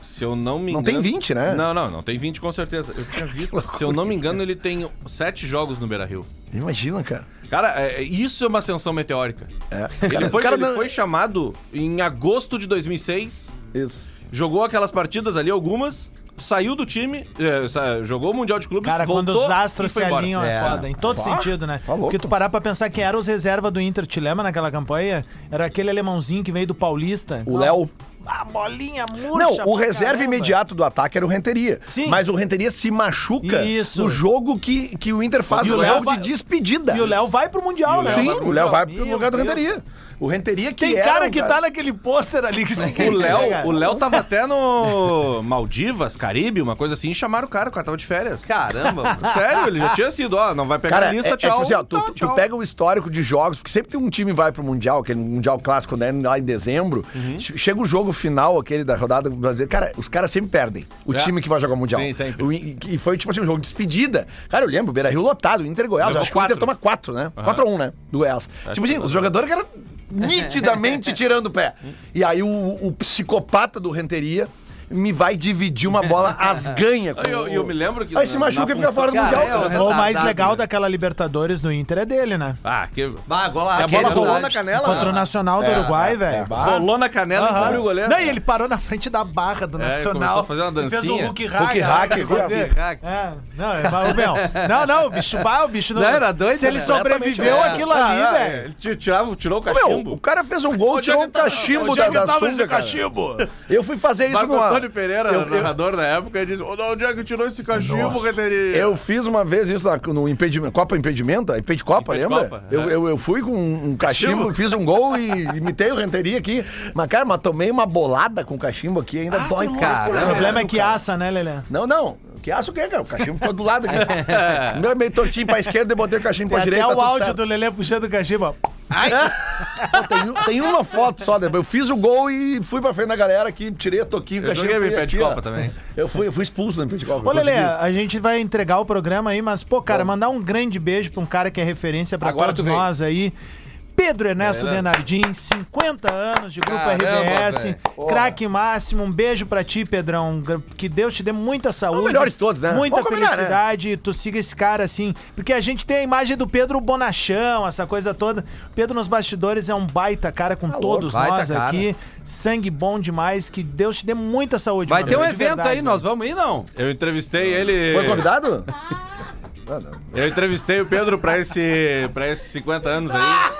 Se eu não me Não engano... tem 20, né? Não, não, não tem 20 com certeza. Eu tinha visto. Se eu não me engano, ele tem 7 jogos no Beira-Rio. Imagina, cara. Cara, é- é- isso é uma ascensão meteórica. É. Ele, foi, o cara ele não- foi chamado em agosto de 2006, Isso. jogou aquelas partidas ali, algumas, saiu do time, eh, sa- jogou o Mundial de Clubes, Cara, quando voltou os astros e se foi embora. alinham é, É, foda, em todo Pá, sentido, né? tá louco. Porque tu parar pra pensar quem era os reserva do Inter, te lembra naquela campanha? Era aquele alemãozinho que veio do Paulista. O Léo. A Ah, bolinha Não, murcha. o pra reserva caramba. imediato do ataque era o Renteria. Sim. Mas o Renteria se machuca Isso. no jogo que, que o Inter faz E o o Léo jogo vai- de despedida. E o Léo vai pro Mundial, né? Sim, vai pro o Léo vai pro Meu lugar do Deus. Renteria. O Renteria que Tem era cara um que tá naquele pôster ali que se né, O né, Léo, o Léo tava até no Maldivas, Caribe, uma coisa assim, e chamaram o cara, o cara tava de férias. Caramba, mano. Sério, ele já tinha sido, ó, não vai pegar a Cara, lista, é, é tchau. tipo assim, ó, tu, tá, tu tchau. pega o histórico de jogos, porque sempre tem um time que vai pro Mundial, aquele Mundial clássico, né, lá em dezembro, Uhum. che- chega o jogo final, aquele da rodada brasileira, cara, os caras sempre perdem, o É. time que vai jogar o Mundial. Sim, sempre. O in- e foi, tipo assim, um jogo de despedida. Cara, eu lembro, Beira-Rio lotado, Inter e Goiás, Levou eu acho que o Inter quatro. um, toma quatro, né? 4 a 1 né, do Goiás. tipo assim, os jogadores, cara, nitidamente tirando o pé. E aí o, o psicopata do Renteria me vai dividir uma bola às ganhas. com E eu, o- e eu me lembro que. Aí se na- machuca na e fica função- fora do Cara, Mundial. é, cara. tá ó. O mais retardado, legal né? daquela Libertadores do Inter é dele, né? Ah, que. Bah, golaço. A bola verdade. rolou na canela? Ah, Contra o Nacional do Uruguai, velho. É, Rolou na canela e Aham. pariu o goleiro. Não, e ele parou na frente da barra do começou Nacional. a fazer uma Ele Fez dancinha. um Hulk Hulk hack, hack. né? Hulk Quer dizer, hack. é, não, é, mas, meu, não, não, o bicho, bah, o bicho não. Não, era doido, Se ele né? sobreviveu Completamente, aquilo ali, Ah, velho. é, Ele ti- tirava, tirou o Meu, o cachimbo. cara fez um gol, é tirou um cachimbo da, da sunga, cara. Eu fui fazer isso Marco com a... Antônio Pereira, Eu- eu- narrador da época, ele disse: "Ô, de Onde é que tirou esse cachimbo, Reteria? Eu fiz uma vez isso na, no impedimento, Copa Impedimenta, Impede Copa, Impede lembra? Copa, eu, é. eu, eu fui com um, um cachimbo, Cachimbo. fiz um gol e imitei o Renteria aqui. Mas, cara, mas tomei uma bolada com cachimbo aqui, Ah, ainda dói, cara. O problema é que assa, né, Lelê? Não, não. Que aço o quê, cara? O cachimbo ficou do lado aqui. O Meu é meio tortinho pra esquerda e botei o cachimbo Tem pra até tá direita. o tudo áudio certo. do Lelê puxando o cachimbo. ó. Pô, tem, um- tem uma foto só, né? Eu fiz o gol e fui pra frente da galera aqui, tirei a toquinho, Eu cachimbo. joguei no fui Impede aqui, ó. Copa também. Eu fui, eu fui expulso no Impede Copa. Ô, eu Lelê, consegui isso. a gente vai entregar o programa aí, mas, pô, cara, mandar um grande beijo pra um cara que é referência pra Agora todos tu vem. nós aí. Pedro Ernesto É, né? Denardim, 50 anos de Grupo Caramba, RBS, velho. craque máximo, um beijo pra ti, Pedrão, gra- que Deus te dê muita saúde. melhor de todos, né? Muita Vamos combinar, né? felicidade, tu siga esse cara assim, porque a gente tem a imagem do Pedro Bonachão, essa coisa toda. Pedro nos bastidores é um baita cara com todos baita nós cara. aqui, sangue bom demais, que Deus te dê muita saúde. Vai meu ter um amigo, de evento É verdade, aí, nós vamos ir, não? Eu entrevistei ele. Foi convidado? Eu entrevistei o Pedro pra esse, pra esses 50 anos aí.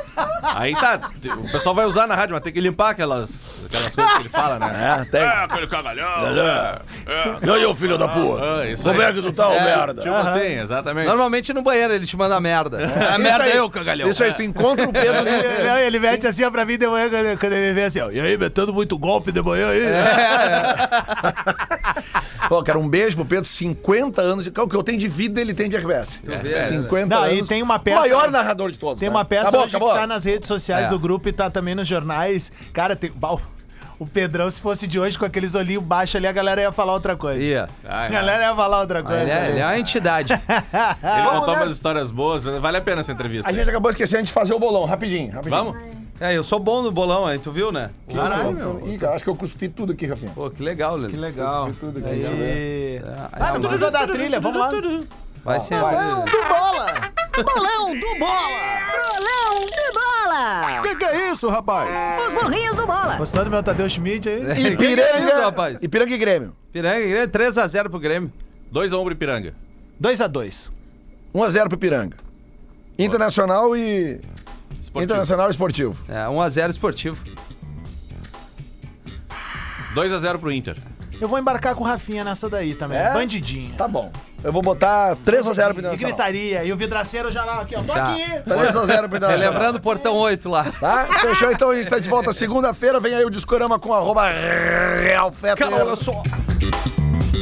Aí tá, o pessoal vai usar na rádio, mas tem que limpar aquelas, aquelas coisas que ele fala, né? É, tem. É, aquele cagalhão. E aí, ô filho da Ah, isso Como aí. é que tu tá, ô merda? Tipo assim, exatamente. Normalmente no banheiro ele te manda merda. A merda é eu, cagalhão. Isso aí, tu encontra o Pedro. Ele, não, ele mete assim ó, pra mim de manhã quando, quando ele vê assim, ó. E aí, metendo muito golpe de manhã aí? É. Pô, cara, um beijo pro Pedro, 50 anos de. O que eu tenho de vida, ele tem de RBS. vê, 50 Não, É, anos. e tem uma peça- O maior narrador de todos. Tem né? uma peça acabou, hoje acabou. que tá nas redes sociais É. do grupo e tá também nos jornais. Cara, tem. bah, o- o Pedrão, se fosse de hoje, com aqueles olhinhos baixos ali, a galera ia falar outra coisa. Ia. Ah, A é. galera tá ia falar outra Mas coisa. né? Ele é, ele é uma entidade. Ele Vamos contou nessa. umas histórias boas, vale a pena essa entrevista. A gente acabou esquecendo de fazer o bolão, rapidinho, rapidinho. Vamos? É, eu sou bom no bolão aí, tu viu, né? Caralho, meu. Ih, cara, acho que eu cuspi tudo aqui, Rafinha. Pô, que legal, Lelê. Que legal. Cuspi tudo aqui, já vê. Aí. É, Ah, não precisa dar a trilha, vamos lá. Vai ser. Do bola! Bolão do Bola! Bolão do Bola! que é isso, rapaz? Os burrinhos do Bola! Gostou do meu Tadeu Schmidt aí? Que que é isso, rapaz? Ipiranga e Grêmio. Piranga, Grêmio, 3x0 pro Grêmio. 2 a 1 pro Ipiranga. 2x2. 1x0 pro Ipiranga. Internacional e. Esportivo. Internacional e esportivo. É, 1x0 esportivo. 2 a 0 pro Inter. Eu vou embarcar com o Rafinha nessa daí também. É? Bandidinha. Tá bom. Eu vou botar 3x0 pro E Internacional. gritaria. E o vidraceiro já lá, aqui, ó. Tô Já. aqui. 3x0 pro Internacional. Relembrando Tá o portão 8 lá. Tá? Fechou então, a gente tá de volta segunda-feira. Vem aí o Discorama com arroba Real Feta. Cara, olha só.